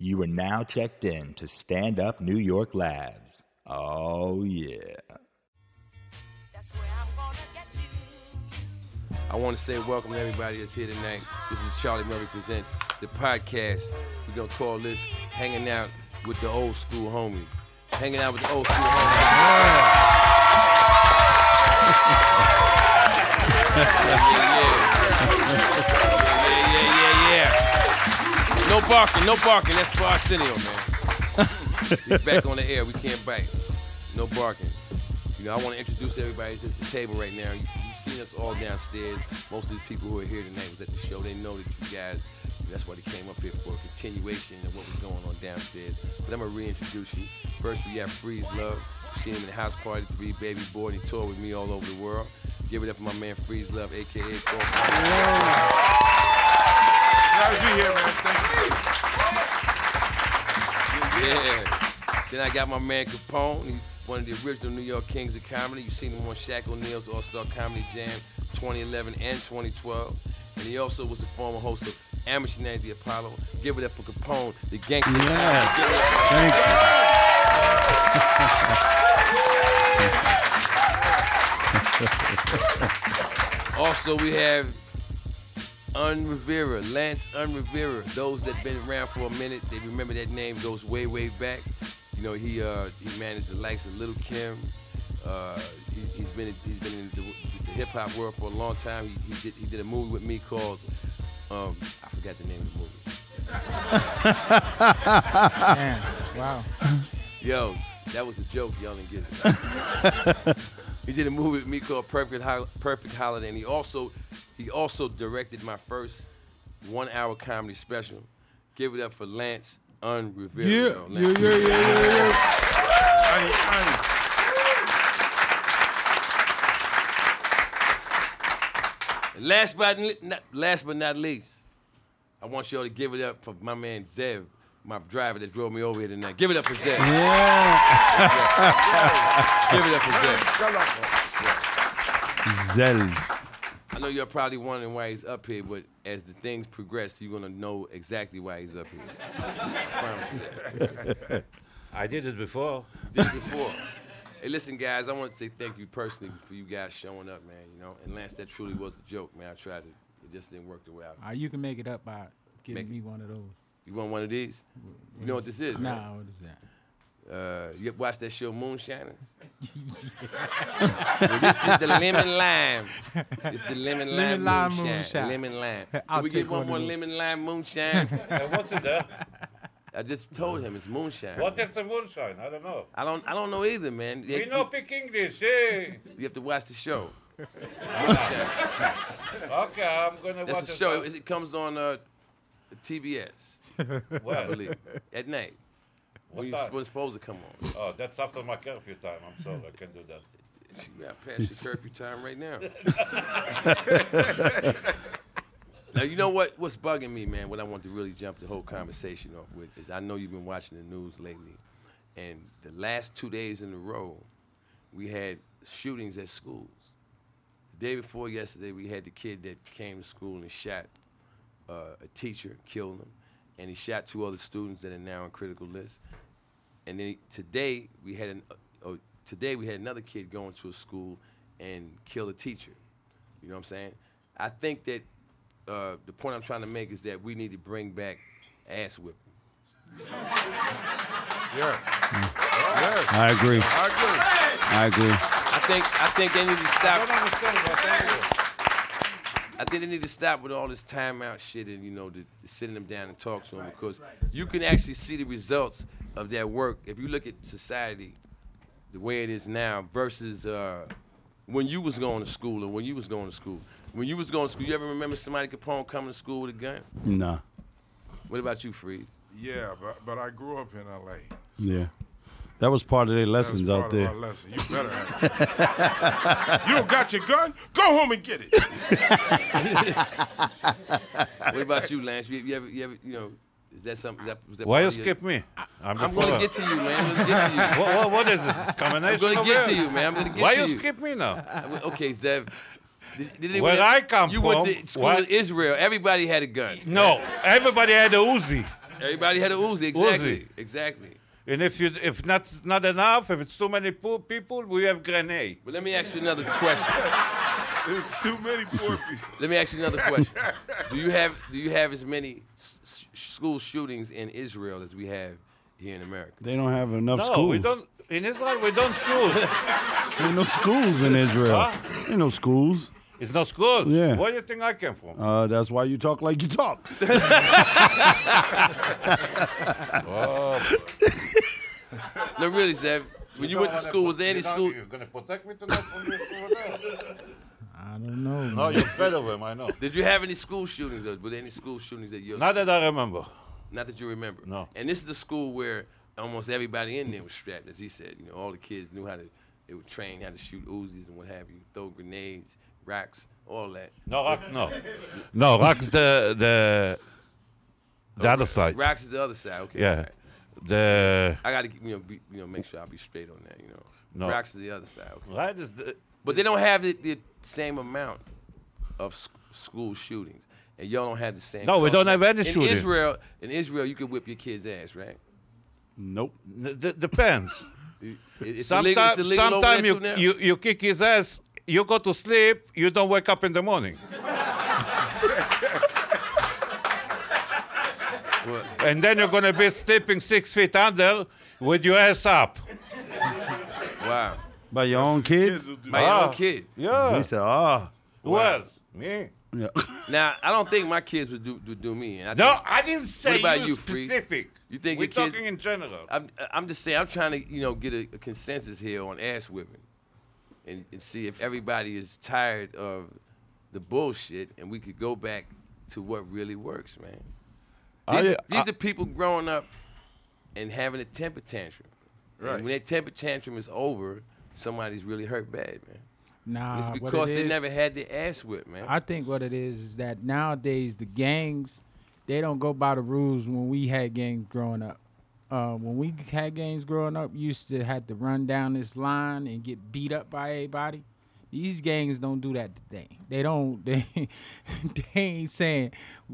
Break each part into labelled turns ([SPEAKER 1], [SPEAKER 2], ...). [SPEAKER 1] You are now checked in to Stand Up New York Labs. Oh, yeah.
[SPEAKER 2] That's where I'm gonna get you.
[SPEAKER 3] I want to say welcome to everybody that's here tonight. This is Charlie Murray Presents, the podcast. We're going to call this Hanging Out with the Old School Homies. Hanging Out with the Old School Homies. Yeah, yeah, yeah, yeah, yeah. No barking, no barking. That's for Arsenio, man. He's back on the air. We can't bite. No barking. You know, I want to introduce everybody to the table right now. You, you've seen us all downstairs. Most of these people who are here tonight was at the show. They know that you guys, that's why they came up here for a continuation of what was going on downstairs. But I'm going to reintroduce you. First, we have Freeze Love. You've seen him in the house party, three baby boy, and he toured with me all over the world. Give it up for my man Freeze Love, a.k.a. Paul. Yeah. Then I got my man Capone. He's one of the original New York Kings of comedy. You've seen him on Shaq O'Neal's All Star Comedy Jam 2011 and 2012. And he also was the former host of Amateur Night at the Apollo. Give it up for Capone, the gangster.
[SPEAKER 4] Yes. Thank you.
[SPEAKER 3] Also, we have Unrivera, Lance Unrivera. Those that been around for a minute, they remember that name goes way, way back. You know, he uh, he managed the likes of Little Kim. Uh, he, has been he's been in the, the hip hop world for a long time. He, he did he did a movie with me called um, I forgot the name of the movie.
[SPEAKER 5] Wow.
[SPEAKER 3] Yo, that was a joke. Y'all didn't get it. he did a movie with me called Perfect Hol- Perfect Holiday, and he also he also directed my first one hour comedy special. Give it up for Lance Unrevealed. yo,
[SPEAKER 4] Yeah. Yeah, yeah,
[SPEAKER 3] Lance.
[SPEAKER 4] yeah, yeah, yeah, yeah.
[SPEAKER 3] And Last but n- not, last but not least, I want y'all to give it up for my man Zev, my driver that drove me over here tonight. Give it up for Zev.
[SPEAKER 4] Yeah.
[SPEAKER 3] Give it up for Zev.
[SPEAKER 4] Zelf.
[SPEAKER 3] I know you're probably wondering why he's up here, but as the things progress, you're gonna know exactly why he's up here. I promise you that.
[SPEAKER 6] I did it before.
[SPEAKER 3] This is for. Hey, listen, guys, I want to say thank you personally for you guys showing up, man. You know, and Lance, that truly was a joke, man. I tried to, it just didn't work the way I.
[SPEAKER 5] Uh, you can make it up by giving
[SPEAKER 3] Make-
[SPEAKER 5] me one of those.
[SPEAKER 3] You want one of these? You know what this is? man?
[SPEAKER 5] Nah, what is that?
[SPEAKER 3] Uh, you watch that show Moonshiners? Well, this is the lemon lime. It's the lemon lime,
[SPEAKER 5] Lemon lime
[SPEAKER 3] moonshine.
[SPEAKER 5] moonshine.
[SPEAKER 3] Lemon lime.
[SPEAKER 5] I'll
[SPEAKER 3] Can we get
[SPEAKER 5] take
[SPEAKER 3] one,
[SPEAKER 5] one of
[SPEAKER 3] more
[SPEAKER 5] those.
[SPEAKER 3] lemon lime moonshine?
[SPEAKER 6] And what's it there?
[SPEAKER 3] I just told him it's moonshine.
[SPEAKER 6] What is the moonshine? I don't know.
[SPEAKER 3] I don't. I don't know either, man.
[SPEAKER 6] We know pick English, eh?
[SPEAKER 3] you have to watch the show.
[SPEAKER 6] Okay, I'm gonna
[SPEAKER 3] That's
[SPEAKER 6] watch
[SPEAKER 3] the
[SPEAKER 6] it.
[SPEAKER 3] show. It, it comes on uh, TBS. I
[SPEAKER 6] Well,
[SPEAKER 3] believe at night
[SPEAKER 6] what
[SPEAKER 3] when
[SPEAKER 6] time?
[SPEAKER 3] you're supposed to come on.
[SPEAKER 6] Oh, that's after my curfew time. I'm sorry, I can do that.
[SPEAKER 3] Yeah, past your curfew time right now. now you know what? What's bugging me, man? What I want to really jump the whole conversation off with is I know you've been watching the news lately, and the last two days in a row, we had shootings at schools. The day before yesterday, we had the kid that came to school and shot uh, a teacher, killed him, and he shot two other students that are now on critical list. And then today we had an, uh, today we had another kid going to a school and kill a teacher. You know what I'm saying? I think that uh, the point I'm trying to make is that we need to bring back ass whipping.
[SPEAKER 4] I agree. I agree.
[SPEAKER 3] I think I think they need to
[SPEAKER 6] I don't
[SPEAKER 3] stop.
[SPEAKER 6] understand what happened.
[SPEAKER 3] I think they need to stop with all this timeout shit and you know the, the sitting them down and talk to them because you can actually see the results of that work if you look at society the way it is now versus uh, when you was going to school or when you was going to school. When you was going to school, you ever remember somebody Capone coming to school with a gun?
[SPEAKER 4] Nah.
[SPEAKER 3] What about you, Freed?
[SPEAKER 7] Yeah, but but I grew up in L.A.
[SPEAKER 4] Yeah. That was part of their
[SPEAKER 7] That's
[SPEAKER 4] lessons
[SPEAKER 7] part
[SPEAKER 4] out
[SPEAKER 7] of
[SPEAKER 4] there.
[SPEAKER 7] our lesson. You better have it. you don't got your gun? Go home and get it.
[SPEAKER 3] What about you, Lance? You, you ever, you ever, you know, is that something? That, was that
[SPEAKER 6] Why
[SPEAKER 3] part
[SPEAKER 6] you
[SPEAKER 3] of your-
[SPEAKER 6] skip me? I'm,
[SPEAKER 3] I'm gonna get to you, man. I'm gonna get to you.
[SPEAKER 6] What, what, what is it?
[SPEAKER 3] I'm
[SPEAKER 6] Discrimination?
[SPEAKER 3] gonna
[SPEAKER 6] over
[SPEAKER 3] get to
[SPEAKER 6] here?
[SPEAKER 3] you, man. I'm gonna get
[SPEAKER 6] Why
[SPEAKER 3] to
[SPEAKER 6] you skip me now?
[SPEAKER 3] I went- Okay, Zev. Did, did anyone
[SPEAKER 6] Where
[SPEAKER 3] else-
[SPEAKER 6] I come
[SPEAKER 3] you went
[SPEAKER 6] from,
[SPEAKER 3] to school
[SPEAKER 6] what-
[SPEAKER 3] in Israel. Everybody had a gun.
[SPEAKER 6] No, everybody had a Uzi.
[SPEAKER 3] Everybody had a Uzi. Exactly.
[SPEAKER 6] Uzi.
[SPEAKER 3] Exactly.
[SPEAKER 6] And if you if not not enough, if it's too many poor people, we have grenade.
[SPEAKER 3] But let me ask you another question.
[SPEAKER 7] It's too many poor people.
[SPEAKER 3] Let me ask you another question. Do you have do you have as many s- s- school shootings in Israel as we have here in America?
[SPEAKER 4] They don't have enough
[SPEAKER 6] No,
[SPEAKER 4] schools.
[SPEAKER 6] we don't. In Israel, we don't shoot.
[SPEAKER 4] Ain't no schools in Israel. Ain't no schools.
[SPEAKER 6] it's not schools.
[SPEAKER 4] Yeah.
[SPEAKER 6] Where do you think I came from?
[SPEAKER 4] Uh, that's why you talk like you talk.
[SPEAKER 3] No, really, Zev. When you went to school, was there any school?
[SPEAKER 6] You're gonna protect me tonight from this over there?
[SPEAKER 5] I don't know. man.
[SPEAKER 6] No, you're fed of him. I know.
[SPEAKER 3] Did you have any school shootings? Or were there any school shootings at your
[SPEAKER 6] Not
[SPEAKER 3] not,
[SPEAKER 6] that I remember.
[SPEAKER 3] not that you remember.
[SPEAKER 6] No.
[SPEAKER 3] And this is the school where almost everybody in there was strapped, as he said. You know, all the kids knew how to. They were trained how to shoot Uzis and what have you, throw grenades, rocks, all that.
[SPEAKER 6] No, Rax, no. No, Rax, the the the other side.
[SPEAKER 3] Rocks is the other side. Okay. all
[SPEAKER 6] Yeah.
[SPEAKER 3] right.
[SPEAKER 6] The
[SPEAKER 3] I gotta you know be, you know make sure I be straight on that. You know.
[SPEAKER 6] No.
[SPEAKER 3] Rocks is the other side. Okay.
[SPEAKER 6] right is the
[SPEAKER 3] But they don't have the, the same amount of sc- school shootings, and y'all don't have the same.
[SPEAKER 6] No, we don't have any
[SPEAKER 3] in
[SPEAKER 6] shooting.
[SPEAKER 3] Israel, in Israel, you can whip your kid's ass, right?
[SPEAKER 4] Nope.
[SPEAKER 6] n- d- depends.
[SPEAKER 3] It- It's illegal. It's
[SPEAKER 6] Sometimes,
[SPEAKER 3] illegal over
[SPEAKER 6] sometime
[SPEAKER 3] there
[SPEAKER 6] you,
[SPEAKER 3] too now.
[SPEAKER 6] you you kick his ass. You go to sleep. You don't wake up in the morning,
[SPEAKER 3] Well,
[SPEAKER 6] and then you're gonna be sleeping six feet under with your ass up.
[SPEAKER 3] wow,
[SPEAKER 4] By your own kids?
[SPEAKER 7] Kids will do
[SPEAKER 3] my
[SPEAKER 7] that.
[SPEAKER 3] own kid.
[SPEAKER 6] Yeah.
[SPEAKER 4] He said, ah.
[SPEAKER 6] Well, me.
[SPEAKER 4] Yeah.
[SPEAKER 3] Now I don't think my kids would do would do me. And I
[SPEAKER 6] No,
[SPEAKER 3] think-
[SPEAKER 6] I didn't say
[SPEAKER 3] about you, Free?
[SPEAKER 6] specific.
[SPEAKER 3] You think
[SPEAKER 6] we're
[SPEAKER 3] your kids-
[SPEAKER 6] talking in general?
[SPEAKER 3] I'm I'm just saying I'm trying to you know get a, a consensus here on ass whipping, and, and see if everybody is tired of the bullshit, and we could go back to what really works, man.
[SPEAKER 6] I-
[SPEAKER 3] These, these
[SPEAKER 6] I-
[SPEAKER 3] are people growing up and having a temper tantrum. Right. when that temper tantrum is over, somebody's really hurt bad, man.
[SPEAKER 5] Nah,
[SPEAKER 3] It's
[SPEAKER 5] Ah, what it
[SPEAKER 3] because they
[SPEAKER 5] is-
[SPEAKER 3] never had their ass whipped, man.
[SPEAKER 5] I think what it is is that nowadays the gangs, they don't go by the rules when we had gangs growing up. Uh, when we had gangs growing up, you used to had to run down this line and get beat up by everybody. These gangs don't do that today. They don't. They they ain't saying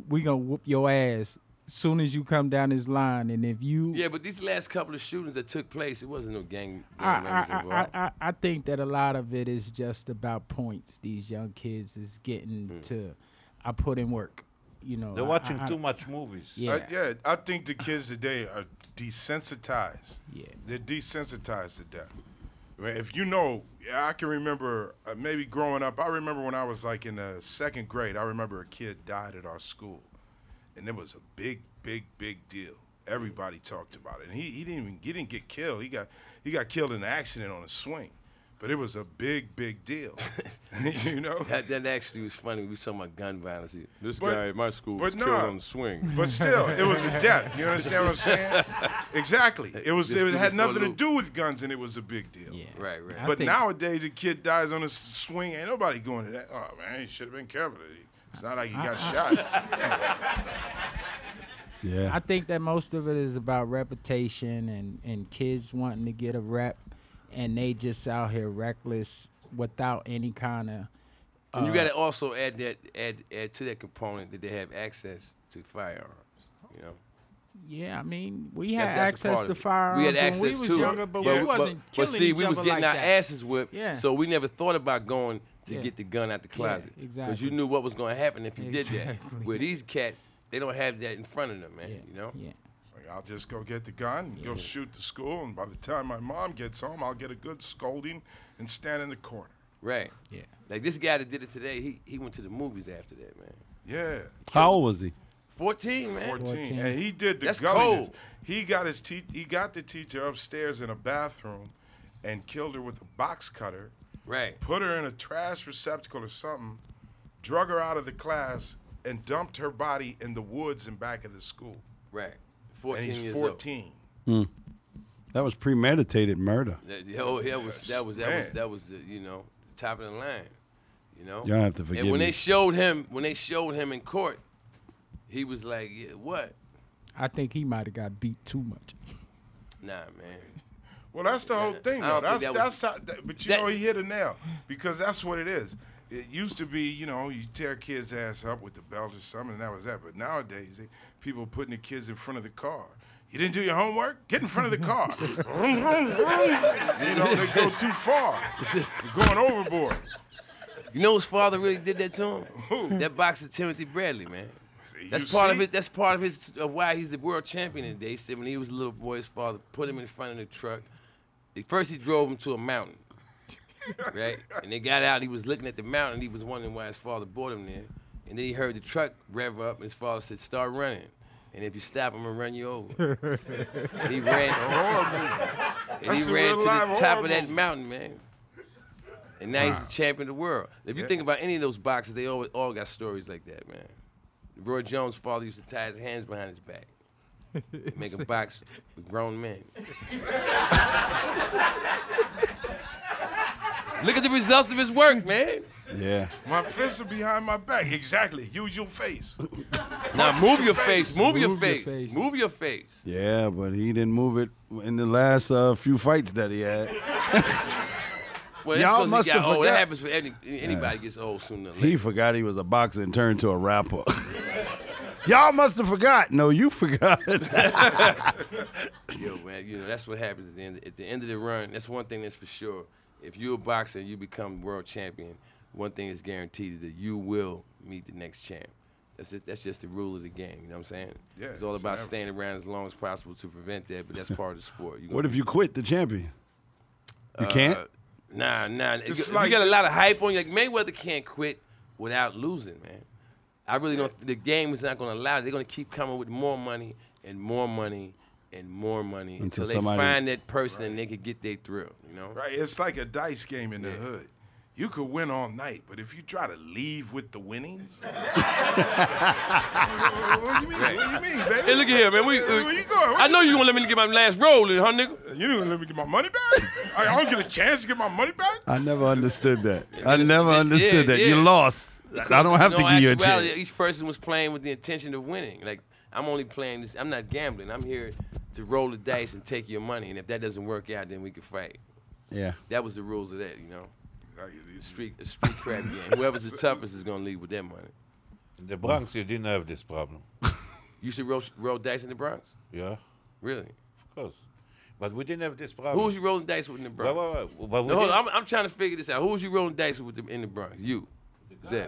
[SPEAKER 5] we gonna whoop your ass soon as you come down this line. And if you
[SPEAKER 3] yeah, but these last couple of shootings that took place, it wasn't no gang, gang members
[SPEAKER 5] I, I,
[SPEAKER 3] involved.
[SPEAKER 5] I, I, I think that a lot of it is just about points. These young kids is getting
[SPEAKER 3] Hmm.
[SPEAKER 5] to, I put in work. You know,
[SPEAKER 6] They're
[SPEAKER 5] I-
[SPEAKER 6] watching
[SPEAKER 5] I- I-
[SPEAKER 6] too much movies.
[SPEAKER 5] Yeah,
[SPEAKER 7] I, yeah, I think the kids today are desensitized.
[SPEAKER 5] Yeah.
[SPEAKER 7] They're desensitized to death. Right, If you know, I can remember uh, maybe growing up, I remember when I was like in the second grade, I remember a kid died at our school. And it was a big, big, big deal. Everybody talked about it. And he, he didn't even he didn't get killed. He got he got killed in an accident on a swing. But it was a big, big deal. you know?
[SPEAKER 3] That, that actually was funny. We was talking about gun violence. Here. This
[SPEAKER 7] But-
[SPEAKER 3] guy at my school
[SPEAKER 7] but
[SPEAKER 3] was killed
[SPEAKER 7] nah.
[SPEAKER 3] on the swing.
[SPEAKER 7] But still, it was a death. You understand what I'm saying? Exactly. It was.
[SPEAKER 3] Just
[SPEAKER 7] It
[SPEAKER 3] do
[SPEAKER 7] had
[SPEAKER 3] this for a
[SPEAKER 7] nothing to
[SPEAKER 3] loop.
[SPEAKER 7] do with guns, and it was a big deal.
[SPEAKER 5] yeah.
[SPEAKER 3] Right, right.
[SPEAKER 5] I
[SPEAKER 7] But
[SPEAKER 5] think-
[SPEAKER 7] nowadays, a kid dies on a s- swing. Ain't nobody going to that. Oh man, he should have been careful. It's not like he got shot.
[SPEAKER 4] Yeah.
[SPEAKER 5] I think that most of it is about reputation and and kids wanting to get a rep, and they just out here reckless without any kind of. Uh,
[SPEAKER 3] And you got to also add that add add to that component that they have access to firearms. You know,
[SPEAKER 5] Yeah, I mean, we had
[SPEAKER 3] That's- that's a
[SPEAKER 5] access
[SPEAKER 3] part
[SPEAKER 5] to
[SPEAKER 3] of it.
[SPEAKER 5] firearms
[SPEAKER 3] We had access
[SPEAKER 5] when we was
[SPEAKER 3] to it,
[SPEAKER 5] younger, but, we wasn't
[SPEAKER 3] but
[SPEAKER 5] killing
[SPEAKER 3] see,
[SPEAKER 5] each
[SPEAKER 3] we was
[SPEAKER 5] other
[SPEAKER 3] getting
[SPEAKER 5] like
[SPEAKER 3] our
[SPEAKER 5] that.
[SPEAKER 3] asses whipped.
[SPEAKER 5] Yeah.
[SPEAKER 3] So we never thought about going to
[SPEAKER 5] Yeah.
[SPEAKER 3] get the gun out the closet because
[SPEAKER 5] exactly.
[SPEAKER 3] you knew what was going to happen if you did
[SPEAKER 5] Exactly.
[SPEAKER 3] that. Where these cats, they don't have that in front of them, man.
[SPEAKER 5] Yeah,
[SPEAKER 3] You know.
[SPEAKER 5] Yeah.
[SPEAKER 7] Like, I'll just go get the gun, and go shoot the school, and by the time my mom gets home, I'll get a good scolding and stand in the corner.
[SPEAKER 3] Right.
[SPEAKER 5] Yeah.
[SPEAKER 3] Like this guy that did it today, he he went to the movies after that, man.
[SPEAKER 7] Yeah,
[SPEAKER 4] How old was he?
[SPEAKER 3] Fourteen, man.
[SPEAKER 7] 14.
[SPEAKER 5] 14.
[SPEAKER 7] and he did the
[SPEAKER 3] That's
[SPEAKER 7] gulliness.
[SPEAKER 3] cold.
[SPEAKER 7] He got his te- he got the teacher upstairs in a bathroom, and killed her with a box cutter.
[SPEAKER 3] Right.
[SPEAKER 7] put her in a trash receptacle or something, drug her out of the class, and dumped her body in the woods in back of the school.
[SPEAKER 3] Right. Fourteen
[SPEAKER 7] and he's
[SPEAKER 3] years old.
[SPEAKER 7] 14.
[SPEAKER 4] That was premeditated murder.
[SPEAKER 3] That, that was that was that was that was,
[SPEAKER 7] Man.
[SPEAKER 3] that was the, you know top of the line, you know.
[SPEAKER 4] Y'all have to forgive
[SPEAKER 3] And when
[SPEAKER 4] me.
[SPEAKER 3] they showed him, when they showed him in court, he was like, yeah, "What?
[SPEAKER 5] I think he might have got beat too much.
[SPEAKER 3] Nah, man.
[SPEAKER 7] Well, that's the whole thing.
[SPEAKER 3] I don't
[SPEAKER 7] Though. That's
[SPEAKER 3] think that
[SPEAKER 7] that's
[SPEAKER 3] was-
[SPEAKER 7] how, that, but you
[SPEAKER 3] that-
[SPEAKER 7] know he hit a nail because that's what it is. It used to be, you know, you tear kids' ass up with the belt or something, and that was that. But nowadays, they, people putting the kids in front of the car. You didn't do your homework? Get in front of the car. you know, they go too far. They're going overboard.
[SPEAKER 3] You know his father really did that to him? that boxer Timothy Bradley, man. That's
[SPEAKER 7] You
[SPEAKER 3] part of
[SPEAKER 7] see?
[SPEAKER 3] it. That's part of his of why he's the world champion today. He said when he was a little boy, his father put him in front of the truck. At first, he drove him to a mountain, right? And they got out. He was looking at the mountain. He was wondering why his father brought him there. And then he heard the truck rev up, and his father said, "Start running." And if you stop, I'm gonna run you over. and he ran, and
[SPEAKER 7] That's
[SPEAKER 3] he
[SPEAKER 7] a
[SPEAKER 3] ran
[SPEAKER 7] real
[SPEAKER 3] to the
[SPEAKER 7] live
[SPEAKER 3] top
[SPEAKER 7] horror
[SPEAKER 3] of that
[SPEAKER 7] movie.
[SPEAKER 3] mountain, man. And now he's the champion of the world. If you think about any of those boxers, they all, all got stories like that, man. Roy Jones' father used to tie his hands behind his back, make him box with grown men. Look at the results of his work, man.
[SPEAKER 4] Yeah.
[SPEAKER 7] My fists are behind my back. Exactly. Use your face.
[SPEAKER 3] Now move your
[SPEAKER 7] face.
[SPEAKER 3] face, move your
[SPEAKER 5] Move your
[SPEAKER 3] face,
[SPEAKER 5] face.
[SPEAKER 3] move your face.
[SPEAKER 4] Yeah, but he didn't move it in the last uh, few fights that he had.
[SPEAKER 3] Well, that's
[SPEAKER 4] Y'all
[SPEAKER 3] 'cause he
[SPEAKER 4] must
[SPEAKER 3] got
[SPEAKER 4] have
[SPEAKER 3] old. That
[SPEAKER 4] forgot-
[SPEAKER 3] happens for any, anybody gets old sooner or later.
[SPEAKER 4] He forgot he was a boxer and turned to a rapper. Y'all must have forgot. No, you forgot.
[SPEAKER 3] Yo, man, you know that's what happens at the end. At the end of the run, that's one thing that's for sure. If you're a boxer and you become world champion, one thing is guaranteed is that you will meet the next champ. That's just, that's just the rule of the game. You know what I'm saying?
[SPEAKER 7] Yeah,
[SPEAKER 3] It's all
[SPEAKER 7] it's
[SPEAKER 3] about
[SPEAKER 7] never-
[SPEAKER 3] staying around as long as possible to prevent that, but that's part of the sport. You
[SPEAKER 4] what if you quit the champion? You can't.
[SPEAKER 6] Uh,
[SPEAKER 3] Nah, nah.
[SPEAKER 7] It's
[SPEAKER 3] If
[SPEAKER 7] like-
[SPEAKER 3] you got a lot of hype on you. Like Mayweather can't quit without losing, man. I really don't. The game is not going to allow. it. They're going to keep coming with more money and more money and more money until,
[SPEAKER 4] Until
[SPEAKER 3] they
[SPEAKER 4] somebody-
[SPEAKER 3] find that person and they can get their thrill. You know.
[SPEAKER 7] Right? It's like a dice game in the hood. You could win all night, but if you try to leave with the winnings, what do you mean? What do you mean, baby?
[SPEAKER 3] Hey, look at here, man. We, uh,
[SPEAKER 7] Hey, where you going?
[SPEAKER 3] I know you gonna let me get my last roll, in, huh, nigga?
[SPEAKER 7] You didn't let me get my money back. I I don't get a chance to get my money back.
[SPEAKER 5] Uh,
[SPEAKER 4] I never understood that. I
[SPEAKER 3] it's-
[SPEAKER 4] never
[SPEAKER 3] yeah,
[SPEAKER 4] understood that. You
[SPEAKER 3] yeah.
[SPEAKER 4] lost. I don't have
[SPEAKER 3] No,
[SPEAKER 4] to give you a
[SPEAKER 3] actuality,
[SPEAKER 4] chance.
[SPEAKER 3] Each person was playing with the intention of winning. Like I'm only playing this. I'm not gambling. I'm here to roll the dice and take your money. And if that doesn't work out, then we can fight.
[SPEAKER 4] Yeah.
[SPEAKER 3] That was the rules of that, you know.
[SPEAKER 7] Like, it's-
[SPEAKER 3] Street, a street crap game. Whoever's the toughest is gonna leave with that money.
[SPEAKER 6] In the Bronx, you didn't have this problem.
[SPEAKER 3] You should roll, roll dice in the Bronx.
[SPEAKER 6] Yeah, of
[SPEAKER 3] Really?
[SPEAKER 6] course. But we didn't have this problem.
[SPEAKER 3] Who was you rolling dice with in the
[SPEAKER 6] Wait,
[SPEAKER 3] Bronx?
[SPEAKER 6] wait, wait. But we
[SPEAKER 3] No, hold
[SPEAKER 6] didn't-
[SPEAKER 3] on. I'm, I'm trying to figure this out. Who was you rolling dice with in the Bronx? You, Zeb.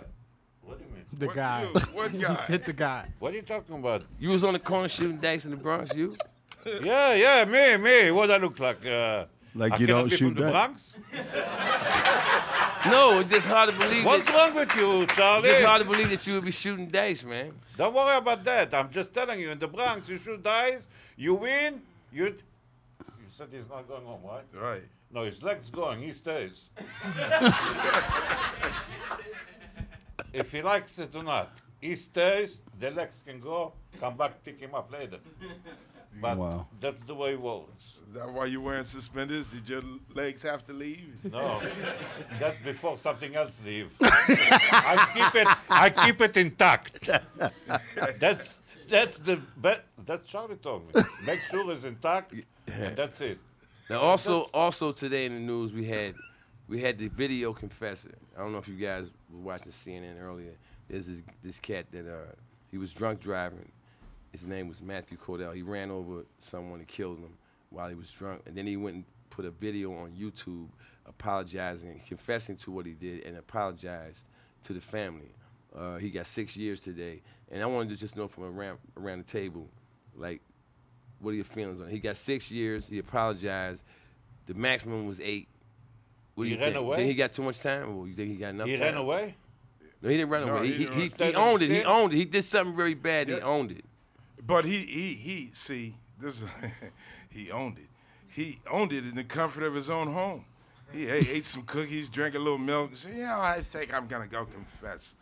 [SPEAKER 6] What do you mean?
[SPEAKER 5] The
[SPEAKER 7] What
[SPEAKER 5] guy.
[SPEAKER 7] you- What
[SPEAKER 5] He
[SPEAKER 7] guy?
[SPEAKER 5] hit the guy.
[SPEAKER 6] What are you talking about?
[SPEAKER 3] You was on the corner shooting dice in the Bronx. You?
[SPEAKER 6] yeah, yeah, me, me. What I look like? Uh,
[SPEAKER 4] Like
[SPEAKER 6] I
[SPEAKER 4] you
[SPEAKER 6] cannot
[SPEAKER 4] don't
[SPEAKER 6] be from
[SPEAKER 4] shoot
[SPEAKER 6] the
[SPEAKER 4] that.
[SPEAKER 6] Bronx?
[SPEAKER 3] No, it's just hard to believe.
[SPEAKER 6] What's
[SPEAKER 3] that,
[SPEAKER 6] wrong with you, Charlie?
[SPEAKER 3] It's hard to believe that you would be shooting dice, man.
[SPEAKER 6] Don't worry about that. I'm just telling you, in the Bronx, you shoot dice, you win, you. You said he's not going home, right?
[SPEAKER 7] Right.
[SPEAKER 6] No, his leg's going. He stays. if he likes it or not, he stays. The legs can go. Come back, pick him up later. But
[SPEAKER 4] Wow.
[SPEAKER 6] that's the way it works.
[SPEAKER 7] Is that why you wearing suspenders? Did your legs have to leave?
[SPEAKER 6] No, that's before something else leave. I keep it. I keep it intact. That's that's the best. That's Charlie told me. Make sure it's intact, and that's it.
[SPEAKER 3] Now, also, also today in the news, we had we had the video confessor. I don't know if you guys were watching CNN earlier. There's this this cat that uh he was drunk driving. His name was Matthew Cordell. He ran over someone and killed him while he was drunk, and then he went and put a video on YouTube apologizing, confessing to what he did, and apologized to the family. Uh, he got six years today, and I wanted to just know from around around the table, like what are your feelings on? it? He got six years. He apologized. The maximum was eight. What do
[SPEAKER 6] He
[SPEAKER 3] you
[SPEAKER 6] ran
[SPEAKER 3] think?
[SPEAKER 6] away?
[SPEAKER 3] Think he got too much time? Or you think he got enough?
[SPEAKER 6] He
[SPEAKER 3] time?
[SPEAKER 6] ran away.
[SPEAKER 3] No, he didn't run
[SPEAKER 7] No,
[SPEAKER 3] away.
[SPEAKER 7] he
[SPEAKER 3] He,
[SPEAKER 7] didn't
[SPEAKER 3] he,
[SPEAKER 7] run
[SPEAKER 3] he
[SPEAKER 6] away.
[SPEAKER 3] owned it. He
[SPEAKER 6] Sit.
[SPEAKER 3] owned it. He did something very bad. He
[SPEAKER 7] Yeah.
[SPEAKER 3] owned it.
[SPEAKER 7] But he he he see this he owned it. He owned it in the comfort of his own home. He ate, ate some cookies, drank a little milk. and Said, you know, I think I'm gonna go confess.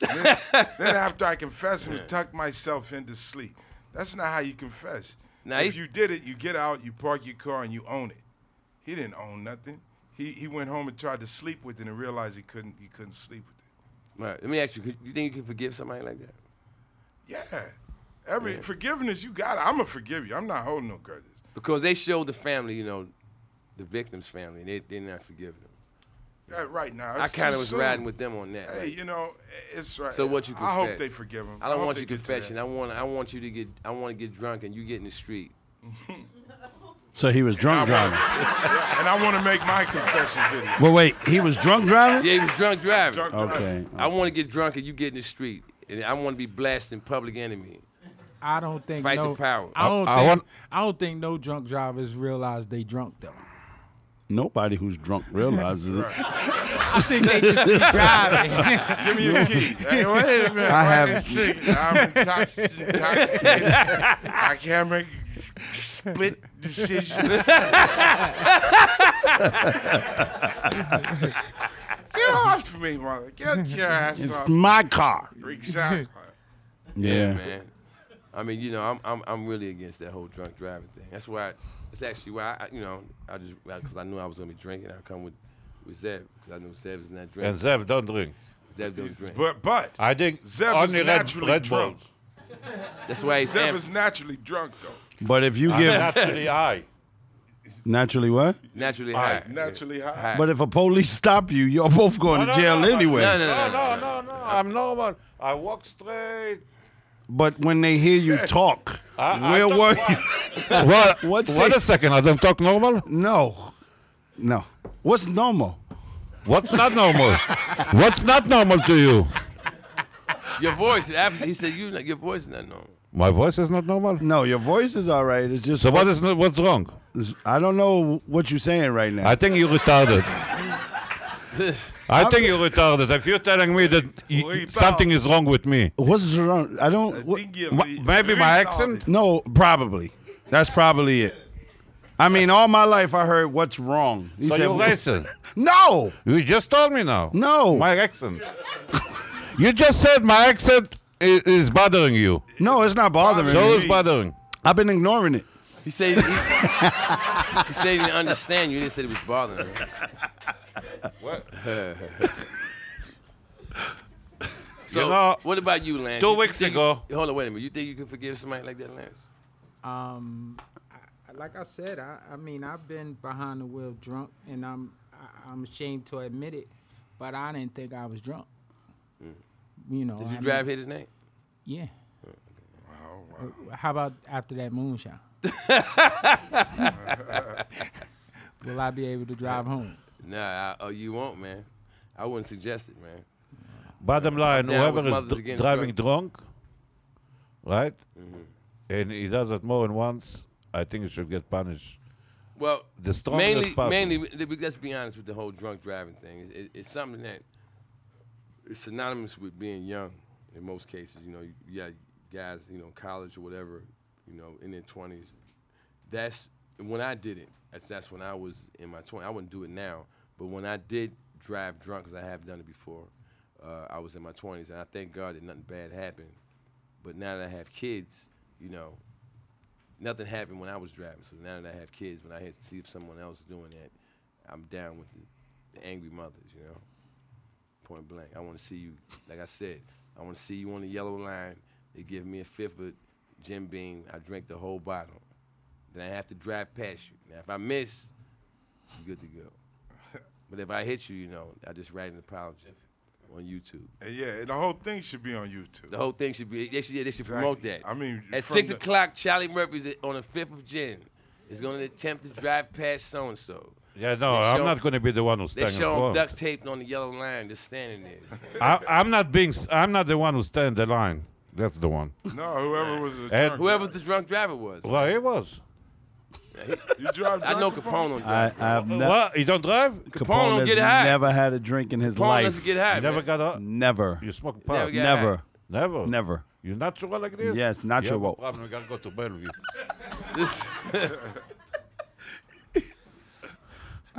[SPEAKER 7] Then, then after I confess, I'm gonna tuck myself into sleep. That's not how you confess.
[SPEAKER 3] Now
[SPEAKER 7] if
[SPEAKER 3] he-
[SPEAKER 7] you did it, you get out, you park your car, and you own it. He didn't own nothing. He he went home and tried to sleep with it and realized he couldn't he couldn't sleep with it.
[SPEAKER 3] All right. Let me ask you. could- You think you can forgive somebody like that?
[SPEAKER 7] Yeah. Every forgiveness you got, I'm gonna forgive you. I'm not holding no grudges.
[SPEAKER 3] Because they showed the family, you know, the victim's family, and they, they're not forgiving him.
[SPEAKER 7] Uh, right now,
[SPEAKER 3] I
[SPEAKER 7] it's
[SPEAKER 3] kind
[SPEAKER 7] too
[SPEAKER 3] of was
[SPEAKER 7] soon.
[SPEAKER 3] riding with them on that.
[SPEAKER 7] Hey,
[SPEAKER 3] like,
[SPEAKER 7] you know, it's right.
[SPEAKER 3] So what you
[SPEAKER 7] I hope
[SPEAKER 3] confess.
[SPEAKER 7] they forgive him.
[SPEAKER 3] I don't
[SPEAKER 7] hope
[SPEAKER 3] want
[SPEAKER 7] they
[SPEAKER 3] you
[SPEAKER 7] get to that.
[SPEAKER 3] confession. I want I want you to get I want to get drunk and you get in the street.
[SPEAKER 4] So he was drunk driving.
[SPEAKER 7] and I want to make my confession video.
[SPEAKER 4] Well, wait, he was drunk driving?
[SPEAKER 3] Yeah, he was drunk driving.
[SPEAKER 7] Drunk
[SPEAKER 4] Okay.
[SPEAKER 3] I want to get drunk and you get in the street, and I want to be blasting Public Enemy.
[SPEAKER 5] I don't think
[SPEAKER 3] Fight the
[SPEAKER 5] no.
[SPEAKER 3] power.
[SPEAKER 5] I don't
[SPEAKER 4] I- I
[SPEAKER 5] think.
[SPEAKER 4] want-
[SPEAKER 5] I don't think no drunk drivers realize they drunk though.
[SPEAKER 4] Nobody who's drunk realizes it.
[SPEAKER 5] I think they just keep driving.
[SPEAKER 7] Give me your key. Hey, wait a minute.
[SPEAKER 4] I have-
[SPEAKER 7] I'm intoxicated. intoxicated. I can't make split decisions. Get off me, mother. Get your ass
[SPEAKER 4] It's
[SPEAKER 7] off.
[SPEAKER 4] my car.
[SPEAKER 7] Exactly.
[SPEAKER 4] Yeah.
[SPEAKER 3] man. I mean, you know, I'm I'm I'm really against that whole drunk driving thing. That's why. I, that's actually why I, you know I just because I knew I was gonna be drinking. I come with with Zev because I knew Zev is not
[SPEAKER 8] And
[SPEAKER 3] drinking.
[SPEAKER 8] Zev, don't drink.
[SPEAKER 3] Zev don't drink.
[SPEAKER 7] But but
[SPEAKER 8] I think
[SPEAKER 7] Zev
[SPEAKER 8] only Red,
[SPEAKER 7] is naturally
[SPEAKER 8] Red
[SPEAKER 7] drunk.
[SPEAKER 8] Bulls.
[SPEAKER 3] That's why he's
[SPEAKER 7] Zev
[SPEAKER 3] am-
[SPEAKER 7] is naturally drunk though.
[SPEAKER 4] But if you
[SPEAKER 8] I'm
[SPEAKER 4] give
[SPEAKER 8] naturally high.
[SPEAKER 4] naturally what?
[SPEAKER 3] naturally high.
[SPEAKER 7] Naturally high.
[SPEAKER 4] But if a police stop you, you're both going to
[SPEAKER 8] No, no,
[SPEAKER 4] jail
[SPEAKER 8] no, no.
[SPEAKER 4] anyway.
[SPEAKER 3] No, no,
[SPEAKER 8] No,
[SPEAKER 3] no,
[SPEAKER 8] no, no, no. I'm normal. I walk straight.
[SPEAKER 4] But when they hear you talk,
[SPEAKER 8] I- I
[SPEAKER 4] where
[SPEAKER 8] talk
[SPEAKER 4] were
[SPEAKER 8] fast.
[SPEAKER 4] you?
[SPEAKER 8] What?
[SPEAKER 4] What's
[SPEAKER 8] Wait
[SPEAKER 4] the-
[SPEAKER 8] a second. I don't talk normal.
[SPEAKER 4] No, no. What's normal?
[SPEAKER 8] What's not normal? What's not normal to you?
[SPEAKER 3] Your voice. After, he said, "You, your voice is not normal."
[SPEAKER 8] My voice is not normal.
[SPEAKER 4] No, your voice is all right. It's just
[SPEAKER 8] So what is not, what's wrong?
[SPEAKER 4] I don't know what you're saying right now.
[SPEAKER 8] I think you're retarded. I think you're retarded. If you're telling me that y-
[SPEAKER 7] Retarded.
[SPEAKER 8] something is wrong with me,
[SPEAKER 4] What's wrong? I don't. what-
[SPEAKER 8] m- maybe my accent.
[SPEAKER 4] no, probably. That's probably it. I mean, all my life I heard what's wrong. He
[SPEAKER 8] So
[SPEAKER 4] said,
[SPEAKER 8] you're racist.
[SPEAKER 4] No,
[SPEAKER 8] You just told me now.
[SPEAKER 4] No.
[SPEAKER 8] My accent. you just said my accent is, is bothering you.
[SPEAKER 4] no, it's not bothering
[SPEAKER 8] So is
[SPEAKER 4] me.
[SPEAKER 8] bothering.
[SPEAKER 4] I've been ignoring it.
[SPEAKER 3] He said he, he said he didn't understand you. He didn't say it was bothering him. so
[SPEAKER 8] You know,
[SPEAKER 3] what about you, Lance?
[SPEAKER 8] two
[SPEAKER 3] You
[SPEAKER 8] weeks
[SPEAKER 3] think-
[SPEAKER 8] ago-
[SPEAKER 3] Hold on, wait a minute. You think you can forgive somebody like that, Lance?
[SPEAKER 5] um, I, like I said, I, I mean, I've been behind the wheel drunk, and I'm I, I'm ashamed to admit it, but I didn't think I was drunk. You know,
[SPEAKER 3] Mm. Did you
[SPEAKER 5] I
[SPEAKER 3] drive here tonight?
[SPEAKER 5] mean, yeah. Uh, How about after that moonshine? Will I be able to drive home?
[SPEAKER 3] Nah, I, oh, you won't, man. I wouldn't suggest it, man.
[SPEAKER 8] Bottom line,
[SPEAKER 3] down
[SPEAKER 8] whoever
[SPEAKER 3] with
[SPEAKER 8] is
[SPEAKER 3] mothers
[SPEAKER 8] dr-
[SPEAKER 3] against
[SPEAKER 8] driving drunk, right, and he does it more than once, I think he should get punished.
[SPEAKER 3] Well,
[SPEAKER 8] The strongest
[SPEAKER 3] mainly,
[SPEAKER 8] possible.
[SPEAKER 3] mainly, we- we- let's be honest with the whole drunk driving thing. It, it, it's something that is synonymous with being young in most cases. You know, you, you got guys, you know, in college or whatever, you know, in their twenties. That's when I did it. That's that's when I was in my twenties. I wouldn't do it now, but when I did drive drunk, because I have done it before, uh, I was in my twenties, and I thank God that nothing bad happened. But now that I have kids, you know, nothing happened when I was driving. So now that I have kids, when I have to see if someone else is doing that, I'm down with the, the angry mothers, you know. Point blank. I want to see you, like I said, I want to see you on the yellow line. They give me a fifth of Jim Beam. I drink the whole bottle. Then I have to drive past you. Now, if I miss, you're good to go. But if I hit you, you know, I just write an apology on YouTube.
[SPEAKER 7] Yeah, and the whole thing should be on YouTube.
[SPEAKER 3] The whole thing should be. They should, yeah, they should
[SPEAKER 7] Exactly.
[SPEAKER 3] promote that.
[SPEAKER 7] I mean,
[SPEAKER 3] at
[SPEAKER 7] from
[SPEAKER 3] six
[SPEAKER 7] the-
[SPEAKER 3] o'clock, Charlie Murphy's at- on the fifth of Jan is going to attempt to drive past so and so.
[SPEAKER 8] Yeah, no,
[SPEAKER 3] They
[SPEAKER 8] I'm
[SPEAKER 3] show-
[SPEAKER 8] not going to be the one who's
[SPEAKER 3] They
[SPEAKER 8] standing
[SPEAKER 3] show him
[SPEAKER 8] for.
[SPEAKER 3] duct taped on the yellow line, just standing there.
[SPEAKER 8] I, I'm not being. s- I'm not the one who stand the line. That's the one.
[SPEAKER 7] No, whoever was a
[SPEAKER 8] And-
[SPEAKER 7] drunk
[SPEAKER 3] Whoever the drunk driver was,
[SPEAKER 8] Well, he was.
[SPEAKER 7] You drive
[SPEAKER 3] I
[SPEAKER 7] drunk,
[SPEAKER 3] know
[SPEAKER 7] Capone?
[SPEAKER 3] Capone on
[SPEAKER 4] I,
[SPEAKER 3] Capone,
[SPEAKER 4] I've ne-
[SPEAKER 8] What? He don't drive?
[SPEAKER 3] Capone don't
[SPEAKER 4] has
[SPEAKER 3] get high.
[SPEAKER 4] never had a drink in his
[SPEAKER 3] Capone
[SPEAKER 4] life.
[SPEAKER 3] doesn't get high.
[SPEAKER 8] You never
[SPEAKER 3] man.
[SPEAKER 8] got up.
[SPEAKER 4] Never.
[SPEAKER 8] You smoke pot.
[SPEAKER 3] Never
[SPEAKER 8] Never.
[SPEAKER 3] got
[SPEAKER 4] Never.
[SPEAKER 3] high.
[SPEAKER 8] never.
[SPEAKER 4] Never.
[SPEAKER 8] You natural like this?
[SPEAKER 4] Yes,
[SPEAKER 8] You have a
[SPEAKER 4] natural.
[SPEAKER 8] problem, You gotta go to Bellevue.
[SPEAKER 3] This-
[SPEAKER 4] I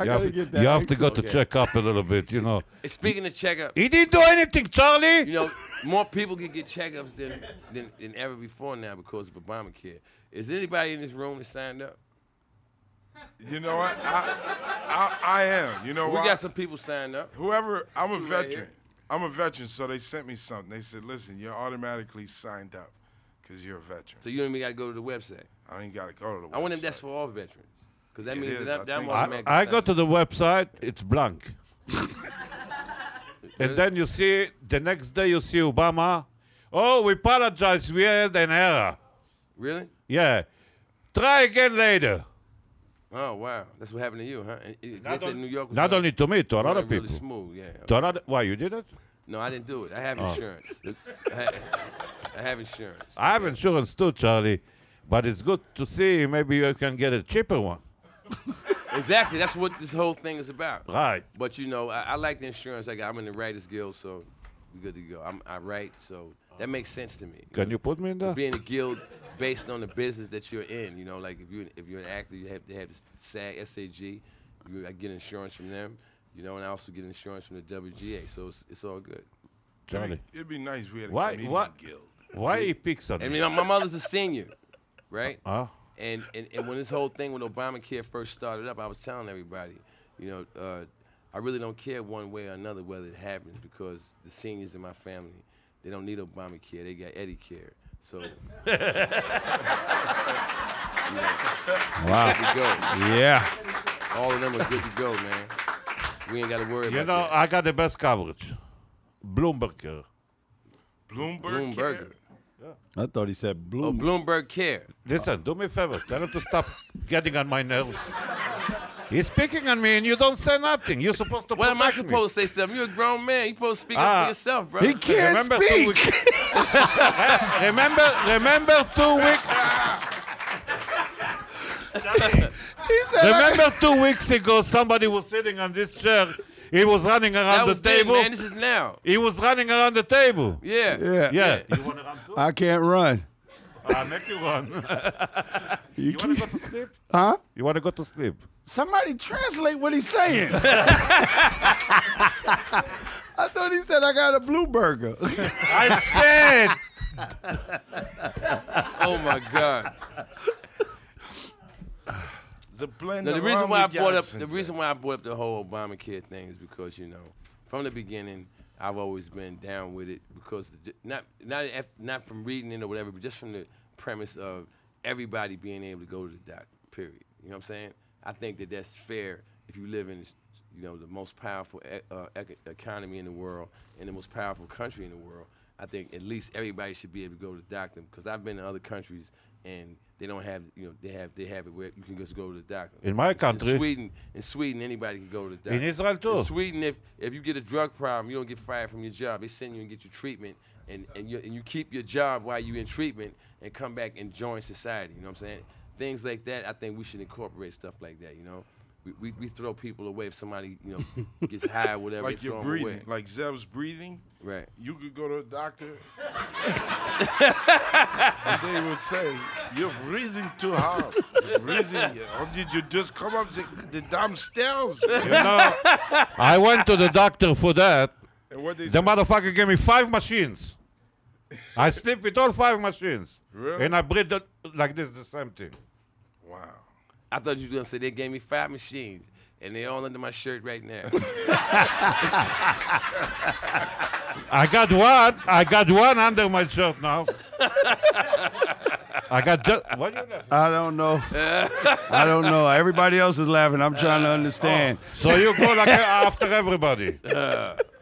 [SPEAKER 8] You have, you have to go to check up a little bit. You know,
[SPEAKER 3] speaking of checkup,
[SPEAKER 8] he didn't do anything, Charlie.
[SPEAKER 3] you know, more people can get checkups than, than than ever before now because of Obamacare. Is anybody in this room that signed up?
[SPEAKER 7] You know what? I, I, I am. You know
[SPEAKER 3] We
[SPEAKER 7] why?
[SPEAKER 3] got some people signed up.
[SPEAKER 7] Whoever, I'm a
[SPEAKER 3] two right here.
[SPEAKER 7] veteran. I'm a veteran, so they sent me something. They said, listen, you're automatically signed up because you're a veteran.
[SPEAKER 3] So you don't even got to go to the website.
[SPEAKER 7] I ain't got to go to the
[SPEAKER 3] I wonder if
[SPEAKER 7] website.
[SPEAKER 3] that's for all veterans. Because that
[SPEAKER 7] It
[SPEAKER 3] means
[SPEAKER 7] is,
[SPEAKER 3] that,
[SPEAKER 7] I
[SPEAKER 3] that
[SPEAKER 7] think
[SPEAKER 3] I'm
[SPEAKER 7] so.
[SPEAKER 8] I,
[SPEAKER 3] automatically
[SPEAKER 8] I
[SPEAKER 3] signed
[SPEAKER 8] go to the website. It's blank. and then you see the next day you see Obama. Oh, we apologize. We had an error.
[SPEAKER 3] Really?
[SPEAKER 8] Yeah, try again later.
[SPEAKER 3] Oh wow, that's what happened to you, huh? It- it- They said
[SPEAKER 8] on-
[SPEAKER 3] New York was
[SPEAKER 8] Not
[SPEAKER 3] running-
[SPEAKER 8] only to me, to a lot
[SPEAKER 3] running
[SPEAKER 8] of
[SPEAKER 3] really
[SPEAKER 8] people.
[SPEAKER 3] smooth, yeah.
[SPEAKER 8] To Oh. a lot- why you did it?
[SPEAKER 3] No, I didn't do it. I have insurance. I, ha- I have insurance.
[SPEAKER 8] I have insurance too, Charlie, but it's good to see. Maybe you can get a cheaper one.
[SPEAKER 3] Exactly. That's what this whole thing is about.
[SPEAKER 8] Right.
[SPEAKER 3] But you know, I, I like the insurance. I got, I'm in the Writers Guild, so we good to go. I'm, I write, so that makes sense to me.
[SPEAKER 8] Can you put me in there?
[SPEAKER 3] Being a guild based on the business that you're in, you know, like if you if you're an actor, you have to have this SAG, SAG. You, I get insurance from them, you know, and I also get insurance from the WGA. So it's, it's all good.
[SPEAKER 7] It'd
[SPEAKER 8] Charlie.
[SPEAKER 7] be- It'd be nice if we had a
[SPEAKER 8] Why-
[SPEAKER 7] comedian
[SPEAKER 8] what-
[SPEAKER 7] guild.
[SPEAKER 8] Why he picks on
[SPEAKER 3] I
[SPEAKER 8] me?
[SPEAKER 3] mean, my, my mother's a senior, right?
[SPEAKER 8] Huh?
[SPEAKER 3] And, and and when this whole thing with Obamacare first started up, I was telling everybody, you know, uh, I really don't care one way or another whether it happens because the seniors in my family, they don't need Obamacare, they got Eddie Care. So you
[SPEAKER 8] Wow.
[SPEAKER 3] go.
[SPEAKER 8] yeah.
[SPEAKER 3] All of them are good to go, man. We ain't got to worry
[SPEAKER 8] You
[SPEAKER 3] about
[SPEAKER 8] know,
[SPEAKER 3] that.
[SPEAKER 8] I got the best coverage. Bloomberg.
[SPEAKER 7] Bloomberg.
[SPEAKER 3] Bloomberg.
[SPEAKER 7] Care?
[SPEAKER 4] I thought he said blue.
[SPEAKER 3] Oh, Bloomberg Care.
[SPEAKER 8] Listen, do me a favor. Tell him to stop getting on my nerves. He's picking on me, and you don't say nothing. You're supposed to.
[SPEAKER 3] What am I
[SPEAKER 8] protect me.
[SPEAKER 3] supposed to say something? You're a grown man. You're supposed to speak up
[SPEAKER 8] Ah.
[SPEAKER 3] for yourself, bro.
[SPEAKER 4] He can't
[SPEAKER 8] Remember two
[SPEAKER 4] speak.
[SPEAKER 8] weeks. remember, remember two weeks.
[SPEAKER 4] He said,
[SPEAKER 8] Remember two weeks ago, somebody was sitting on this chair. He was running
[SPEAKER 3] that
[SPEAKER 8] around the
[SPEAKER 3] was then,
[SPEAKER 8] table.
[SPEAKER 3] man. This is now.
[SPEAKER 8] he was running around the table.
[SPEAKER 3] Yeah.
[SPEAKER 4] yeah,
[SPEAKER 8] Yeah. You want to run too?
[SPEAKER 4] I can't run.
[SPEAKER 8] I make you run.
[SPEAKER 4] You,
[SPEAKER 8] You want
[SPEAKER 4] can't,
[SPEAKER 8] to go to sleep?
[SPEAKER 4] huh?
[SPEAKER 8] You want to go to sleep?
[SPEAKER 4] Somebody translate what he's saying. I thought he said I got a blue burger.
[SPEAKER 8] I said.
[SPEAKER 3] Oh my God.
[SPEAKER 7] The blend.
[SPEAKER 3] No, the
[SPEAKER 7] of
[SPEAKER 3] reason why I
[SPEAKER 7] Romney
[SPEAKER 3] brought up the
[SPEAKER 7] Johnsons.
[SPEAKER 3] reason why I brought up the whole Obamacare thing is because you know, from the beginning, I've always been down with it because the, not not af- not from reading it or whatever, but just from the premise of everybody being able to go to the doctor. Period. You know what I'm saying? I think that that's fair if you live in you know the most powerful e- uh, ec- economy in the world and the most powerful country in the world. I think at least everybody should be able to go to the doctor because I've been to other countries and they don't have you know they have they have it where you can just go to the doctor.
[SPEAKER 8] In my country-
[SPEAKER 3] Sweden, in Sweden, anybody can go to the doctor.
[SPEAKER 8] In Israel, too.
[SPEAKER 3] In Sweden, if, if you get a drug problem, you don't get fired from your job. They send you and get you treatment, and, and, you, and you keep your job while you're in treatment and come back and join society. You know what I'm saying? Things like that, I think we should incorporate stuff like that, you know? We, we, we throw people away if somebody, you know, gets high or whatever.
[SPEAKER 7] Like
[SPEAKER 3] we throw
[SPEAKER 7] you're
[SPEAKER 3] 'em
[SPEAKER 7] breathing,
[SPEAKER 3] away.
[SPEAKER 7] like Zeb's breathing.
[SPEAKER 3] Right.
[SPEAKER 7] You could go to a doctor. and they would say, You're breathing too hard. You're breathing. Or did you just come up the, the damn stairs?
[SPEAKER 8] No, I went to the doctor for that.
[SPEAKER 7] and what they
[SPEAKER 8] The
[SPEAKER 7] say,
[SPEAKER 8] motherfucker gave me five machines. I sleep with all five machines.
[SPEAKER 7] Really?
[SPEAKER 8] And I breathe the- like this, the same thing.
[SPEAKER 7] Wow.
[SPEAKER 3] I thought you were going to say they gave me five machines, and they're all under my shirt right now.
[SPEAKER 8] I got one. I got one under my shirt now. I got just. What you laughing?
[SPEAKER 4] I don't know. I don't know. Everybody else is laughing. I'm trying to understand.
[SPEAKER 8] So you go like uh, after everybody.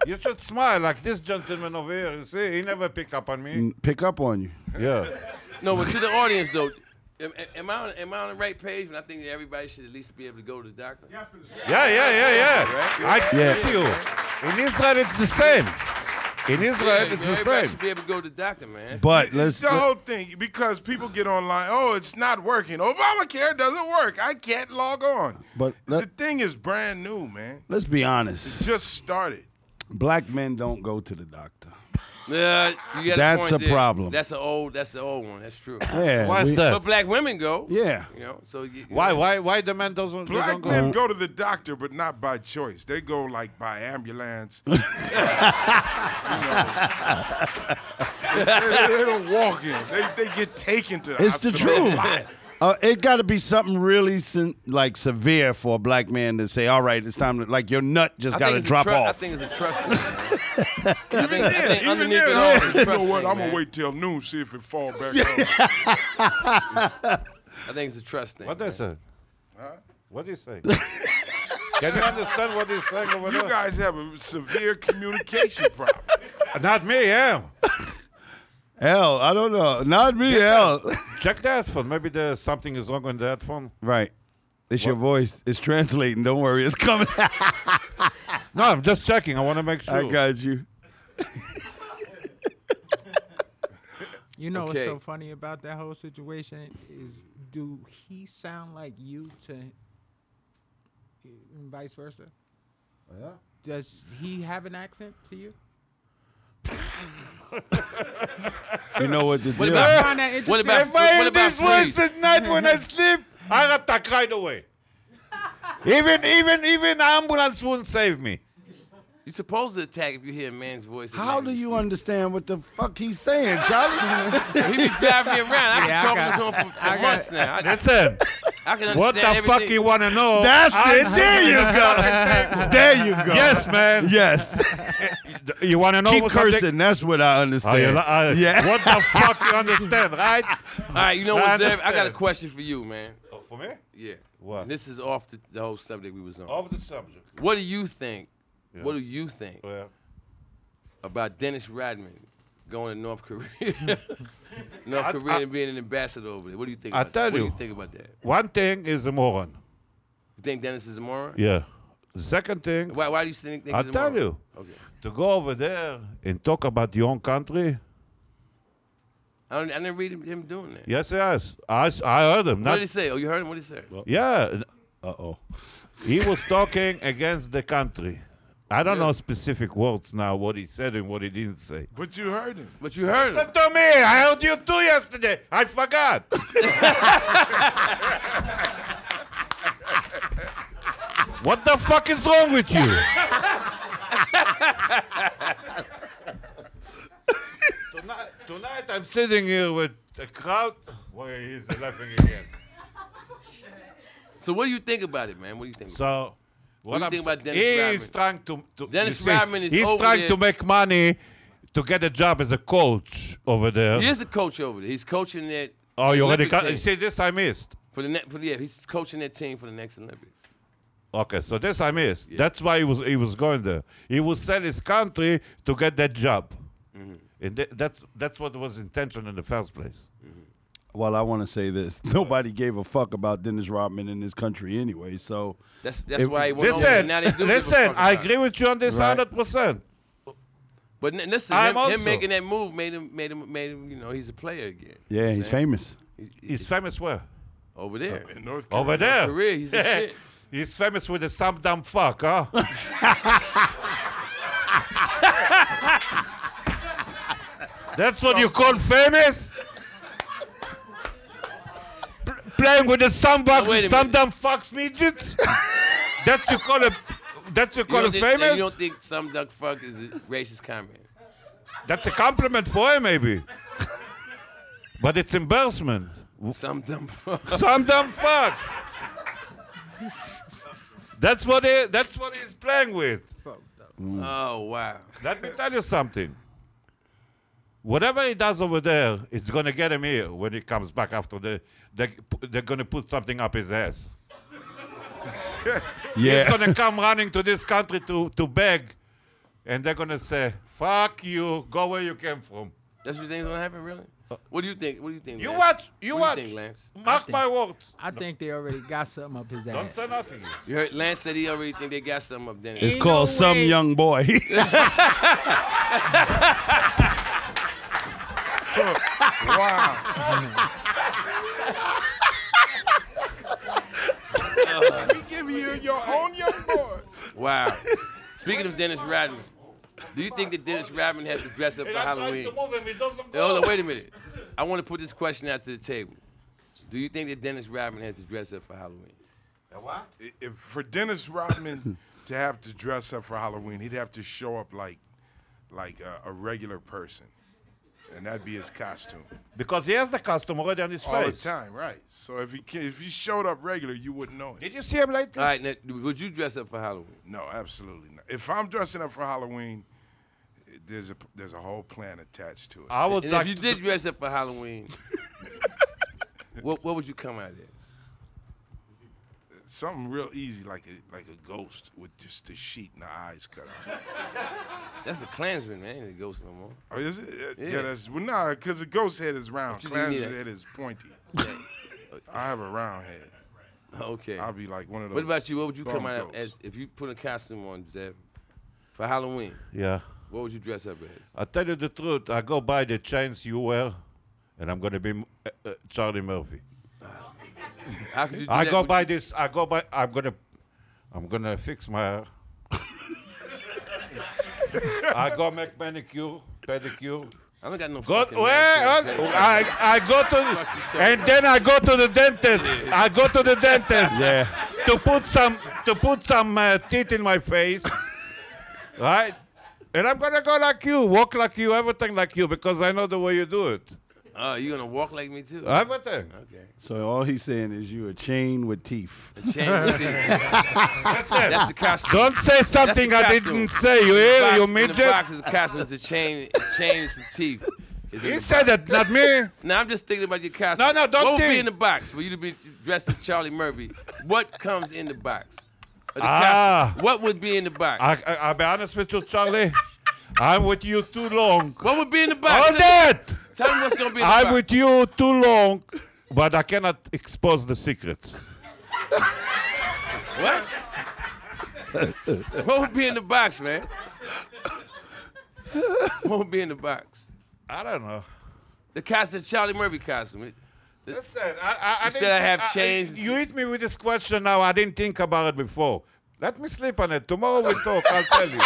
[SPEAKER 8] You should smile like this gentleman over here. You see, he never pick up on me.
[SPEAKER 4] Pick up on you.
[SPEAKER 8] Yeah.
[SPEAKER 3] No, but to the audience though, am, am I on, am I on the right page? When I think that everybody should at least be able to go to the doctor.
[SPEAKER 8] Yeah, yeah, yeah, yeah. I
[SPEAKER 4] Yeah.
[SPEAKER 8] get you. In Israel, it's the same. In Israel,
[SPEAKER 3] you
[SPEAKER 8] it's
[SPEAKER 3] know,
[SPEAKER 8] the
[SPEAKER 3] everybody
[SPEAKER 8] same.
[SPEAKER 3] should be able to go to the doctor, man.
[SPEAKER 4] But
[SPEAKER 7] It's
[SPEAKER 4] let's.
[SPEAKER 7] the whole thing because people get online. Oh, it's not working. Obamacare doesn't work. I can't log on.
[SPEAKER 4] But
[SPEAKER 7] the
[SPEAKER 4] let,
[SPEAKER 7] thing is brand new, man.
[SPEAKER 4] let's be honest.
[SPEAKER 7] Just started.
[SPEAKER 4] Black men don't go to the doctor.
[SPEAKER 3] Yeah, you got
[SPEAKER 4] That's
[SPEAKER 3] point
[SPEAKER 4] a
[SPEAKER 3] there.
[SPEAKER 4] problem.
[SPEAKER 3] That's the old. That's the old one. That's true.
[SPEAKER 4] Yeah.
[SPEAKER 8] Why is
[SPEAKER 4] we-
[SPEAKER 8] that?
[SPEAKER 3] But black women go.
[SPEAKER 4] Yeah.
[SPEAKER 3] You know. So you,
[SPEAKER 8] Why, why, why the man doesn't? they
[SPEAKER 7] Black
[SPEAKER 8] don't go?
[SPEAKER 7] men go to the doctor, but not by choice. They go like by ambulance. You know. they, they don't walk in. They, they get taken to the
[SPEAKER 4] It's the
[SPEAKER 7] hospital.
[SPEAKER 4] truth. Uh, it got to be something really sen- like severe for a black man to say, "All right, it's time to like your nut just
[SPEAKER 3] I
[SPEAKER 4] got
[SPEAKER 3] think
[SPEAKER 4] to
[SPEAKER 3] it's a
[SPEAKER 4] drop
[SPEAKER 3] tru- I
[SPEAKER 4] off."
[SPEAKER 3] think it's a trust. thing, man. I think, I think
[SPEAKER 7] Even
[SPEAKER 3] underneath
[SPEAKER 7] then,
[SPEAKER 3] it all,
[SPEAKER 7] I'm
[SPEAKER 3] it's
[SPEAKER 7] like,
[SPEAKER 3] a
[SPEAKER 7] you
[SPEAKER 3] trust
[SPEAKER 7] know what?
[SPEAKER 3] thing,
[SPEAKER 7] I'm
[SPEAKER 3] man.
[SPEAKER 7] gonna wait till noon see if it fall back. on.
[SPEAKER 3] I think it's a trust thing.
[SPEAKER 8] What
[SPEAKER 3] man.
[SPEAKER 8] they say? What do you say? Can you understand what he's saying over
[SPEAKER 7] You
[SPEAKER 8] there?
[SPEAKER 7] guys have a severe communication problem.
[SPEAKER 8] Not me, yeah.
[SPEAKER 4] L, I don't know. Not me, L.
[SPEAKER 8] Check the headphone. Maybe there's something is wrong with the headphone.
[SPEAKER 4] right. It's your voice. It's translating. Don't worry. It's coming.
[SPEAKER 8] No, I'm just checking. I want to make sure.
[SPEAKER 4] I got you.
[SPEAKER 5] You know
[SPEAKER 3] Okay.
[SPEAKER 5] what's so funny about that whole situation is do he sound like you to and vice versa?
[SPEAKER 8] Yeah.
[SPEAKER 5] Does he have an accent to you?
[SPEAKER 4] You know what to do.
[SPEAKER 3] What
[SPEAKER 5] I
[SPEAKER 3] about-
[SPEAKER 5] find that
[SPEAKER 3] What
[SPEAKER 5] interesting.
[SPEAKER 3] about
[SPEAKER 8] If I
[SPEAKER 3] what
[SPEAKER 8] hear
[SPEAKER 3] about
[SPEAKER 8] this voice
[SPEAKER 3] Freeze?
[SPEAKER 8] at night when I sleep, I attack right away. even even even ambulance won't save me.
[SPEAKER 3] You're supposed to attack if you hear a man's voice.
[SPEAKER 4] How do you
[SPEAKER 3] understand?
[SPEAKER 4] understand what the fuck he's saying, Charlie?
[SPEAKER 3] He be driving me around. I've been
[SPEAKER 5] Yeah, I
[SPEAKER 3] talking
[SPEAKER 5] got-
[SPEAKER 3] to him for, for
[SPEAKER 5] I got-
[SPEAKER 3] months now. I,
[SPEAKER 8] Listen,
[SPEAKER 3] I can understand
[SPEAKER 8] what the
[SPEAKER 3] everything.
[SPEAKER 8] fuck you wanna know?
[SPEAKER 4] That's
[SPEAKER 8] I'm-
[SPEAKER 4] it. There you go. There you go.
[SPEAKER 8] Yes, man.
[SPEAKER 4] Yes.
[SPEAKER 8] You wanna know
[SPEAKER 4] Keep
[SPEAKER 8] what something-
[SPEAKER 4] cursing. That's what
[SPEAKER 8] Oh,
[SPEAKER 4] I
[SPEAKER 8] you
[SPEAKER 4] understand.
[SPEAKER 8] li- uh,
[SPEAKER 4] yeah.
[SPEAKER 8] What the fuck you understand, right?
[SPEAKER 3] All right, you know
[SPEAKER 8] I
[SPEAKER 3] what, Zev? I got a
[SPEAKER 8] understand.
[SPEAKER 3] question for you, man.
[SPEAKER 8] For me?
[SPEAKER 3] Yeah.
[SPEAKER 8] What?
[SPEAKER 3] And this is off the, the whole subject we was on.
[SPEAKER 8] Off the subject.
[SPEAKER 3] What do you think? What do you think
[SPEAKER 8] Well,
[SPEAKER 3] about Dennis Rodman going to North Korea? North
[SPEAKER 8] I-
[SPEAKER 3] Korea
[SPEAKER 8] I-
[SPEAKER 3] and being an ambassador over there. What do you think?
[SPEAKER 8] I
[SPEAKER 3] about
[SPEAKER 8] tell
[SPEAKER 3] that? What
[SPEAKER 8] you.
[SPEAKER 3] do you think about that?
[SPEAKER 8] one thing is a moron.
[SPEAKER 3] You think Dennis is a moron?
[SPEAKER 8] Yeah. The second thing,
[SPEAKER 3] Why, why do you think, think
[SPEAKER 8] I
[SPEAKER 3] he's a
[SPEAKER 8] tell
[SPEAKER 3] moron?
[SPEAKER 8] you.
[SPEAKER 3] Okay.
[SPEAKER 8] to go over there and talk about your own country.
[SPEAKER 3] I, don't, I didn't read him, him doing that.
[SPEAKER 8] Yes, yes. I, s- I heard him.
[SPEAKER 3] What
[SPEAKER 8] Not,
[SPEAKER 3] did he say? Oh, you heard him? What did he say?
[SPEAKER 8] yeah.
[SPEAKER 4] Uh oh.
[SPEAKER 8] He was talking against the country. I don't
[SPEAKER 3] Yeah.
[SPEAKER 8] know specific words now, what he said and what he didn't say.
[SPEAKER 7] But you heard him.
[SPEAKER 3] But you heard him.
[SPEAKER 8] Listen to me. I heard you too yesterday. I forgot. what the fuck is wrong with you? tonight, tonight I'm sitting here with a crowd. Why he's laughing again?
[SPEAKER 3] So what do you think about it, man? What do you think? about
[SPEAKER 8] So. What
[SPEAKER 3] do you
[SPEAKER 8] I'm
[SPEAKER 3] think about
[SPEAKER 8] s-
[SPEAKER 3] Dennis
[SPEAKER 8] he's
[SPEAKER 3] Rodman?
[SPEAKER 8] trying to, to
[SPEAKER 3] Dennis
[SPEAKER 8] you see,
[SPEAKER 3] Rodman is
[SPEAKER 8] he's
[SPEAKER 3] over
[SPEAKER 8] trying
[SPEAKER 3] there.
[SPEAKER 8] to make money to get a job as a coach over there.
[SPEAKER 3] it? He is a coach over there. He's coaching that.
[SPEAKER 8] Oh, you already
[SPEAKER 3] Olympic
[SPEAKER 8] cut.
[SPEAKER 3] team.
[SPEAKER 8] See, this I missed.
[SPEAKER 3] For the ne- for yeah, he's coaching that team for the next Olympics.
[SPEAKER 8] Okay, so this I missed. That's why he was he was going there. He would sell his country to get that job,
[SPEAKER 3] Mm-hmm.
[SPEAKER 8] and tha- that's that's what was intention in the first place.
[SPEAKER 4] Well, I want to say this. Nobody gave a fuck about Dennis Rodman in this country anyway. So
[SPEAKER 3] That's that's
[SPEAKER 4] If-
[SPEAKER 3] why he went over there.
[SPEAKER 8] Listen,
[SPEAKER 3] Now they do give a
[SPEAKER 8] listen,
[SPEAKER 3] fuck
[SPEAKER 8] I
[SPEAKER 3] about it.
[SPEAKER 8] agree with you on this
[SPEAKER 4] Right.
[SPEAKER 8] hundred percent.
[SPEAKER 3] But n- listen,
[SPEAKER 8] I'm
[SPEAKER 3] him,
[SPEAKER 8] also-
[SPEAKER 3] him making that move made him made him made him. You know, he's a player again.
[SPEAKER 4] yeah, he's famous.
[SPEAKER 3] He- he-
[SPEAKER 8] He's famous where?
[SPEAKER 3] over there.
[SPEAKER 7] In North Korea.
[SPEAKER 8] Over there.
[SPEAKER 3] Korea, he's the shit.
[SPEAKER 8] He's famous with the some dumb fuck, huh? That's what you call famous? Pl- Playing with the some, buck,
[SPEAKER 3] wait a
[SPEAKER 8] some
[SPEAKER 3] minute.
[SPEAKER 8] dumb fucks midget? That's you call a that's you
[SPEAKER 3] You
[SPEAKER 8] call
[SPEAKER 3] don't
[SPEAKER 8] a
[SPEAKER 3] think-
[SPEAKER 8] famous?
[SPEAKER 3] You don't think some duck fuck is a racist comment?
[SPEAKER 8] That's a compliment for him maybe. but it's embarrassment.
[SPEAKER 3] Some dumb fuck.
[SPEAKER 8] Some dumb fuck. That's what he, that's what he's playing with.
[SPEAKER 3] Oh wow.
[SPEAKER 8] Let me tell you something. Whatever he does over there, it's gonna get him here when he comes back after the. They, they're gonna put something up his ass. He's
[SPEAKER 4] Yeah.
[SPEAKER 8] gonna come running to this country to to beg, and they're gonna say, "Fuck you, go where you came from."
[SPEAKER 3] That's what you think's gonna happen, really? What do you think? What do you think?
[SPEAKER 8] You
[SPEAKER 3] Lance?
[SPEAKER 8] watch, you
[SPEAKER 3] What
[SPEAKER 8] watch.
[SPEAKER 3] do you think, Lance?
[SPEAKER 8] Mark my words.
[SPEAKER 5] I think they already got something up his
[SPEAKER 8] Don't
[SPEAKER 5] ass.
[SPEAKER 8] say nothing.
[SPEAKER 3] You heard Lance said he already think they got something up there.
[SPEAKER 4] It's
[SPEAKER 5] Ain't
[SPEAKER 4] called
[SPEAKER 5] no
[SPEAKER 4] Some
[SPEAKER 5] way.
[SPEAKER 4] Young Boy.
[SPEAKER 7] Wow. we give you your own young boy.
[SPEAKER 3] Wow. Speaking of Dennis Rodman, do you think that Dennis Rodman has to dress up for Halloween? Hey, Hold on, wait a minute. I want to put this question out to the table. Do you think that Dennis Rodman has to dress up for Halloween?
[SPEAKER 7] I- If for Dennis Rodman to have to dress up for Halloween, he'd have to show up like like a, a regular person, and that'd be his costume
[SPEAKER 8] Because he has the custom already on his
[SPEAKER 7] all the
[SPEAKER 8] face.
[SPEAKER 7] time, right? So if he ca- if he showed up regular, you wouldn't know him.
[SPEAKER 8] Did you see him lately?
[SPEAKER 3] All right, now, would you dress up for Halloween?
[SPEAKER 7] No, absolutely not. If I'm dressing up for Halloween, eh, there's a there's a whole plan attached to it.
[SPEAKER 8] I would
[SPEAKER 3] And
[SPEAKER 8] like
[SPEAKER 3] if you
[SPEAKER 8] to-
[SPEAKER 3] did dress up for Halloween, what, what would you come out as?
[SPEAKER 7] something real easy, like a like a ghost with just the sheet and the eyes cut out.
[SPEAKER 3] That's a Klansman, man. Ain't a ghost no more.
[SPEAKER 7] Oh, is it? Yeah,
[SPEAKER 3] Yeah.
[SPEAKER 7] that's well, nah, because the ghost head is round.
[SPEAKER 3] you think you need
[SPEAKER 7] Klansman's
[SPEAKER 3] a-
[SPEAKER 7] head is pointy. I have a round head.
[SPEAKER 3] Okay.
[SPEAKER 7] I'll be like one of those.
[SPEAKER 3] What about you? What would you come
[SPEAKER 7] bum
[SPEAKER 3] out as
[SPEAKER 7] ghosts.
[SPEAKER 3] if you put a costume on, Zeb, for Halloween?
[SPEAKER 8] Yeah.
[SPEAKER 3] What would you dress up as?
[SPEAKER 8] I tell you the truth, I go by the chains you wear, and I'm gonna be uh, uh, Charlie Murphy.
[SPEAKER 3] How could you do
[SPEAKER 8] I
[SPEAKER 3] that
[SPEAKER 8] go
[SPEAKER 3] with-
[SPEAKER 8] by this. I go by. I'm gonna. I'm gonna fix my hair. I go make manicure, pedicure.
[SPEAKER 3] I don't got no.
[SPEAKER 8] Go,
[SPEAKER 3] fucking
[SPEAKER 8] where,
[SPEAKER 3] manicure, pedicure.
[SPEAKER 8] I, I go to, and then I go to the dentist. I go to the dentist to put some to put some uh, teeth in my face, right? And I'm gonna go like you, walk like you, everything like you, because I know the way you do it.
[SPEAKER 3] Oh, you gonna walk like me too?
[SPEAKER 8] Everything.
[SPEAKER 3] Okay.
[SPEAKER 4] So all he's saying is you a chain with teeth.
[SPEAKER 3] A chain with teeth. That's the costume.
[SPEAKER 8] Don't say something I
[SPEAKER 3] costume.
[SPEAKER 8] didn't say. You hear,
[SPEAKER 3] box,
[SPEAKER 8] you
[SPEAKER 3] in the
[SPEAKER 8] midget.
[SPEAKER 3] box is a costume. It's a chain, chain, and some teeth. It's in
[SPEAKER 8] You
[SPEAKER 3] the
[SPEAKER 8] said
[SPEAKER 3] box.
[SPEAKER 8] that, not me.
[SPEAKER 3] Now I'm just thinking about your costume.
[SPEAKER 8] No, no, don't
[SPEAKER 3] What would be
[SPEAKER 8] think.
[SPEAKER 3] in the box for you to be dressed as Charlie Murphy? What comes in the box? Of the
[SPEAKER 8] Ah.
[SPEAKER 3] costume. What would be in the box?
[SPEAKER 8] I, I, I'll be honest with you, Charlie. I'm with you too long.
[SPEAKER 3] what would be in the box?
[SPEAKER 8] All
[SPEAKER 3] Tell-
[SPEAKER 8] that!
[SPEAKER 3] Tell me what's gonna be in the box.
[SPEAKER 8] I'm with you too long, but I cannot expose the secrets.
[SPEAKER 3] What? what would be in the box, man? what would be in the box?
[SPEAKER 8] I don't know.
[SPEAKER 3] The costume, Charlie Murphy costume. It-
[SPEAKER 8] Listen, I, I, I
[SPEAKER 3] You
[SPEAKER 8] didn't
[SPEAKER 3] said I
[SPEAKER 8] thi-
[SPEAKER 3] have changed.
[SPEAKER 8] you hit me with this question now. I didn't think about it before. Let me sleep on it. Tomorrow we talk. I'll tell you.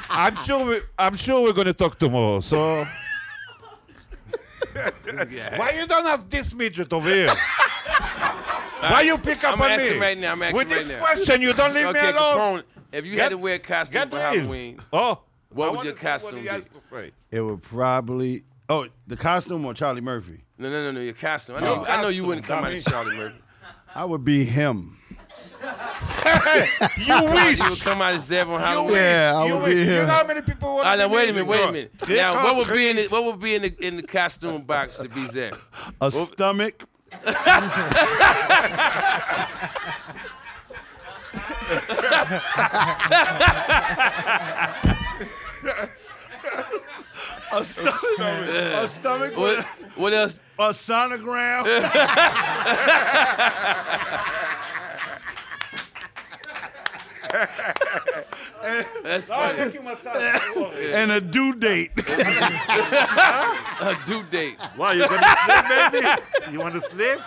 [SPEAKER 8] I'm sure. We, I'm sure we're gonna talk tomorrow. So
[SPEAKER 3] yeah.
[SPEAKER 8] why you don't ask this midget over here? Why you pick up
[SPEAKER 3] I'm
[SPEAKER 8] on
[SPEAKER 3] asking
[SPEAKER 8] me?
[SPEAKER 3] right now, I'm asking
[SPEAKER 8] with
[SPEAKER 3] right
[SPEAKER 8] this
[SPEAKER 3] now.
[SPEAKER 8] question, you don't leave me
[SPEAKER 3] Okay,
[SPEAKER 8] alone.
[SPEAKER 3] Capone, if you had
[SPEAKER 8] oh. Get-
[SPEAKER 3] to wear a costume
[SPEAKER 8] Get
[SPEAKER 3] for
[SPEAKER 8] real.
[SPEAKER 3] Halloween,
[SPEAKER 8] Oh,
[SPEAKER 3] What
[SPEAKER 8] I
[SPEAKER 3] would
[SPEAKER 8] wanna
[SPEAKER 3] your
[SPEAKER 8] see what
[SPEAKER 3] costume
[SPEAKER 8] he
[SPEAKER 3] be?
[SPEAKER 8] has to say.
[SPEAKER 4] It would probably oh the costume or Charlie Murphy.
[SPEAKER 3] no, no, no, no, your costume. I know,
[SPEAKER 8] No,
[SPEAKER 3] I know you
[SPEAKER 8] costume,
[SPEAKER 3] wouldn't come out
[SPEAKER 8] dummy.
[SPEAKER 3] as Charlie Murphy.
[SPEAKER 4] I would be him.
[SPEAKER 8] You wish.
[SPEAKER 3] You would come out as Zeb on Halloween.
[SPEAKER 4] Yeah, I
[SPEAKER 8] you
[SPEAKER 4] would
[SPEAKER 8] wish.
[SPEAKER 4] be
[SPEAKER 8] You
[SPEAKER 4] him.
[SPEAKER 8] know how many people want
[SPEAKER 3] All right,
[SPEAKER 8] to
[SPEAKER 3] now
[SPEAKER 8] be
[SPEAKER 3] wait a
[SPEAKER 8] me?
[SPEAKER 3] minute, wait a minute.
[SPEAKER 4] They
[SPEAKER 3] Now, what would
[SPEAKER 4] can't
[SPEAKER 3] be in the, what would be in the in the costume box to be Zeb?
[SPEAKER 4] A stomach. a stomach. A stomach.
[SPEAKER 3] What, what else?
[SPEAKER 4] A sonogram.
[SPEAKER 3] That's funny.
[SPEAKER 4] and a due date.
[SPEAKER 3] a due date.
[SPEAKER 8] Why you gonna sleep, baby? You want to sleep?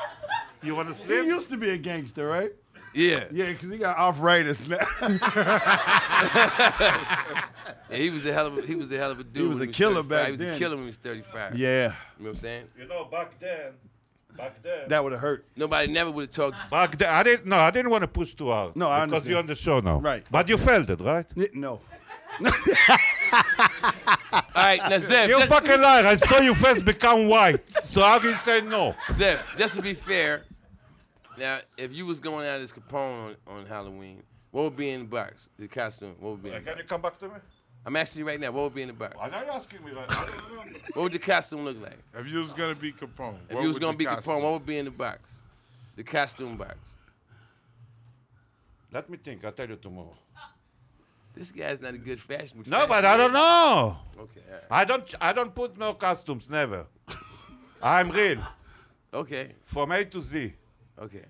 [SPEAKER 8] You want to
[SPEAKER 4] he
[SPEAKER 8] sleep?
[SPEAKER 4] used to be a gangster, right?
[SPEAKER 3] Yeah.
[SPEAKER 4] Yeah, because he got arthritis now.
[SPEAKER 3] Yeah, he was a hell of a, he was a hell of a dude.
[SPEAKER 4] was
[SPEAKER 3] when
[SPEAKER 4] a killer
[SPEAKER 3] 35.
[SPEAKER 4] back
[SPEAKER 3] He was a
[SPEAKER 4] then.
[SPEAKER 3] killer when he was 35.
[SPEAKER 4] yeah,
[SPEAKER 3] You know what I'm saying?
[SPEAKER 6] You know, back then, back then,
[SPEAKER 4] that would have hurt.
[SPEAKER 3] Nobody never would have talked.
[SPEAKER 8] Back then, I didn't. No, I didn't want to push too hard.
[SPEAKER 4] No, I
[SPEAKER 8] because
[SPEAKER 4] understand.
[SPEAKER 8] you're on the show now.
[SPEAKER 4] Right.
[SPEAKER 8] But you felt it, right?
[SPEAKER 4] No.
[SPEAKER 3] All right, now Zeb,
[SPEAKER 8] You
[SPEAKER 3] just,
[SPEAKER 8] fucking liar! I saw you first become white. So how can you say no?
[SPEAKER 3] Zeb, just to be fair, now if you was going out as Capone on, on Halloween, what would be in the box? The costume? What would be? In the
[SPEAKER 8] Can
[SPEAKER 3] box?
[SPEAKER 8] you come back to me?
[SPEAKER 3] I'm asking you right now. What would be in the box?
[SPEAKER 8] Why are you asking me? Like, I don't remember.
[SPEAKER 3] What would the costume look like?
[SPEAKER 7] If you was gonna be Capone,
[SPEAKER 3] If
[SPEAKER 7] what
[SPEAKER 3] you was
[SPEAKER 7] would
[SPEAKER 3] gonna
[SPEAKER 7] the
[SPEAKER 3] be Capone,
[SPEAKER 7] costume-
[SPEAKER 3] what would be in the box? The costume box.
[SPEAKER 8] Let me think. I'll tell you tomorrow.
[SPEAKER 3] This guy's not a good fashion. with
[SPEAKER 8] No,
[SPEAKER 3] fashion.
[SPEAKER 8] but I don't know.
[SPEAKER 3] Okay. all right.
[SPEAKER 8] I don't. I don't put no costumes. Never. I'm real
[SPEAKER 3] Okay.
[SPEAKER 8] from A to Z.
[SPEAKER 3] Okay.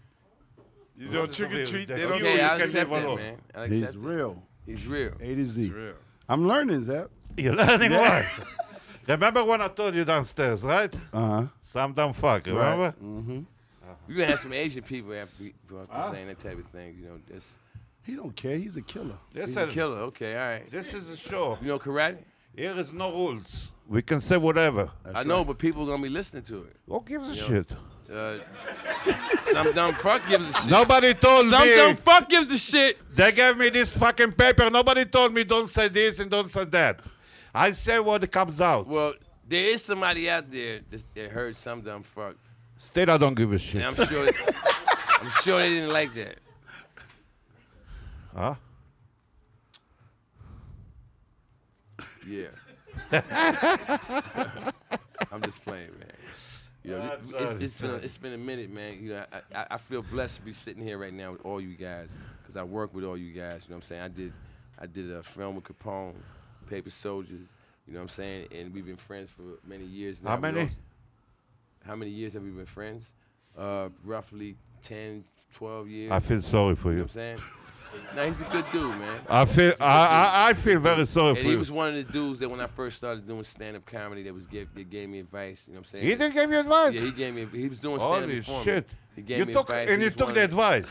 [SPEAKER 7] You don't trick or treat. They don't
[SPEAKER 3] Okay.
[SPEAKER 8] You
[SPEAKER 3] I
[SPEAKER 8] know you can
[SPEAKER 3] accept
[SPEAKER 8] live
[SPEAKER 3] that,
[SPEAKER 8] alone.
[SPEAKER 3] man. I accept
[SPEAKER 4] He's
[SPEAKER 3] that.
[SPEAKER 4] real.
[SPEAKER 3] He's real.
[SPEAKER 4] A to Z.
[SPEAKER 7] do real.
[SPEAKER 4] I'm learning, Zap.
[SPEAKER 8] You're learning what? Remember when I told you downstairs, right?
[SPEAKER 4] Uh huh.
[SPEAKER 8] Some dumb fuck. Remember?
[SPEAKER 3] Mm. You gonna have some Asian people after we for saying that type of thing, you know. This
[SPEAKER 4] He don't care. He's a killer.
[SPEAKER 8] Listen,
[SPEAKER 3] killer, okay, all right.
[SPEAKER 8] this is a show.
[SPEAKER 3] You know karate?
[SPEAKER 8] Here is no rules. We can say whatever.
[SPEAKER 3] I know, but people gonna be listening to it.
[SPEAKER 8] Who gives a shit?
[SPEAKER 3] Uh, some dumb fuck gives a shit.
[SPEAKER 8] Nobody told
[SPEAKER 3] some
[SPEAKER 8] me.
[SPEAKER 3] dumb fuck gives a shit.
[SPEAKER 8] they gave me this fucking paper. Nobody told me don't say this and don't say that. I say what comes out.
[SPEAKER 3] Well, there is somebody out there that, that heard some dumb fuck,
[SPEAKER 8] Still, I don't give a shit.
[SPEAKER 3] and I'm sure, I'm sure they didn't like that.
[SPEAKER 8] Huh?
[SPEAKER 3] Yeah. I'm just playing, man. You know,
[SPEAKER 6] That's,
[SPEAKER 3] it-
[SPEAKER 6] uh,
[SPEAKER 3] it's, it's been a, it's been a minute, man. You know, I, I, I feel blessed to be sitting here right now with all you guys because I work with all you guys. You know what I'm saying? I did I did a film with Capone, Paper Soldiers. You know what I'm saying? And we've been friends for many years now.
[SPEAKER 8] How
[SPEAKER 3] We
[SPEAKER 8] many?
[SPEAKER 3] also- how many years have we been friends? Uh, roughly 10, 12 years.
[SPEAKER 8] I feel sorry for
[SPEAKER 3] you know
[SPEAKER 8] you.
[SPEAKER 3] what I'm saying? now he's a good dude, man.
[SPEAKER 8] I feel I, I, I feel very sorry for
[SPEAKER 3] And he
[SPEAKER 8] you.
[SPEAKER 3] was one of the dudes that when I first started doing stand up comedy that was give, that gave me advice. You know what I'm saying?
[SPEAKER 8] he didn't give you advice.
[SPEAKER 3] Yeah, he gave me. He was doing stand up
[SPEAKER 8] Holy
[SPEAKER 3] before
[SPEAKER 8] shit!
[SPEAKER 3] Me. He gave
[SPEAKER 8] You
[SPEAKER 3] me
[SPEAKER 8] took
[SPEAKER 3] advice.
[SPEAKER 8] and
[SPEAKER 3] He
[SPEAKER 8] you
[SPEAKER 3] was
[SPEAKER 8] took
[SPEAKER 3] one of
[SPEAKER 8] the advice.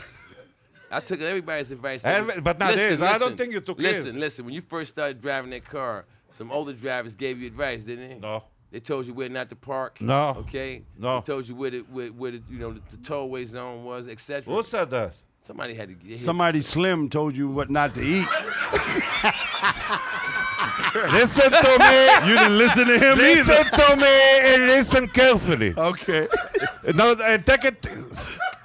[SPEAKER 3] I took everybody's advice.
[SPEAKER 8] Every- but nowadays, I don't think you took his.
[SPEAKER 3] Listen, listen. When you first started driving that car, some older drivers gave you advice, didn't they?
[SPEAKER 8] No.
[SPEAKER 3] They told you where not to park.
[SPEAKER 8] No.
[SPEAKER 3] Okay.
[SPEAKER 8] No.
[SPEAKER 3] They told you where the where, where the, you know the, the tollway zone was, etc.
[SPEAKER 8] Who said that?
[SPEAKER 3] Somebody had to get
[SPEAKER 4] Somebody slim told you what not to eat.
[SPEAKER 8] Listen to me.
[SPEAKER 4] You didn't listen to him
[SPEAKER 8] listen to me and listen carefully.
[SPEAKER 4] Okay.
[SPEAKER 8] No, and take it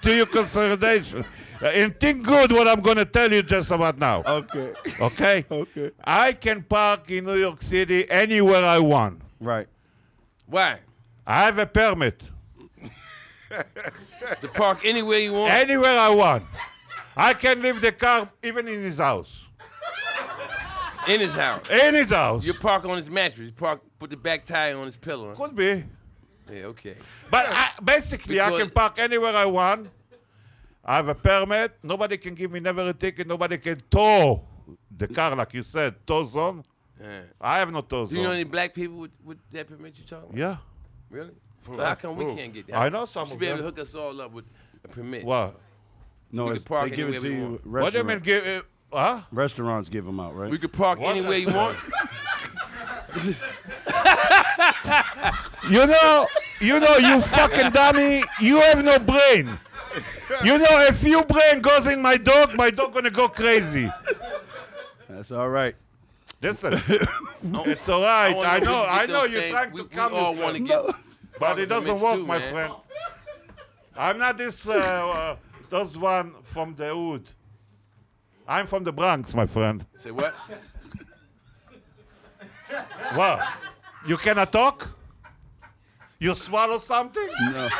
[SPEAKER 8] to your consideration. And think good what I'm going to tell you just about now.
[SPEAKER 4] Okay.
[SPEAKER 8] Okay?
[SPEAKER 4] Okay.
[SPEAKER 8] I can park in New York City anywhere I want.
[SPEAKER 4] Right.
[SPEAKER 3] Why?
[SPEAKER 8] I have a permit.
[SPEAKER 3] To park anywhere you want.
[SPEAKER 8] Anywhere I want. I can leave the car even in his house.
[SPEAKER 3] in his house.
[SPEAKER 8] In his house.
[SPEAKER 3] You park on his mattress. Park. Put the back tire on his pillow.
[SPEAKER 8] Could be.
[SPEAKER 3] Yeah. Okay.
[SPEAKER 8] But I, basically, I can
[SPEAKER 3] Because-
[SPEAKER 8] park anywhere I want. I have a permit. Nobody can give me never a ticket. Nobody can tow the car, like you said, tow zone.
[SPEAKER 3] Yeah.
[SPEAKER 8] I have no tow
[SPEAKER 3] Do
[SPEAKER 8] zone.
[SPEAKER 3] you know any black people with, with that permit you talking about?
[SPEAKER 8] yeah.
[SPEAKER 3] Really? So how come we can't get that?
[SPEAKER 8] I know some
[SPEAKER 3] You
[SPEAKER 8] of
[SPEAKER 3] should be able to
[SPEAKER 8] them.
[SPEAKER 3] hook us all up with a permit.
[SPEAKER 8] What?
[SPEAKER 4] No,
[SPEAKER 3] You
[SPEAKER 4] it's,
[SPEAKER 3] can park
[SPEAKER 4] they give it
[SPEAKER 3] anywhere we
[SPEAKER 4] to you.
[SPEAKER 3] want.
[SPEAKER 8] What do you
[SPEAKER 4] Restaurant,
[SPEAKER 8] mean? Give, uh, huh?
[SPEAKER 4] restaurants give them out, right?
[SPEAKER 3] We could park anywhere you want.
[SPEAKER 8] You know, you know, you fucking dummy. You have no brain. You know, if your brain goes in my dog, my dog gonna go crazy.
[SPEAKER 4] That's all right.
[SPEAKER 8] Listen, it's all right.
[SPEAKER 3] wanna
[SPEAKER 8] I
[SPEAKER 3] if we
[SPEAKER 8] know,
[SPEAKER 3] can
[SPEAKER 8] I
[SPEAKER 3] get
[SPEAKER 8] know
[SPEAKER 3] those
[SPEAKER 8] you're
[SPEAKER 3] same-
[SPEAKER 8] trying
[SPEAKER 3] we,
[SPEAKER 8] to come
[SPEAKER 3] We all
[SPEAKER 8] yourself,
[SPEAKER 3] want to get.
[SPEAKER 8] but it doesn't
[SPEAKER 3] permits
[SPEAKER 8] work,
[SPEAKER 3] too,
[SPEAKER 8] my
[SPEAKER 3] man.
[SPEAKER 8] friend. I'm not this uh, uh, those one from the hood. I'm from the Bronx, my friend.
[SPEAKER 3] Say what?
[SPEAKER 8] Well, you cannot talk. You swallow something.
[SPEAKER 4] No.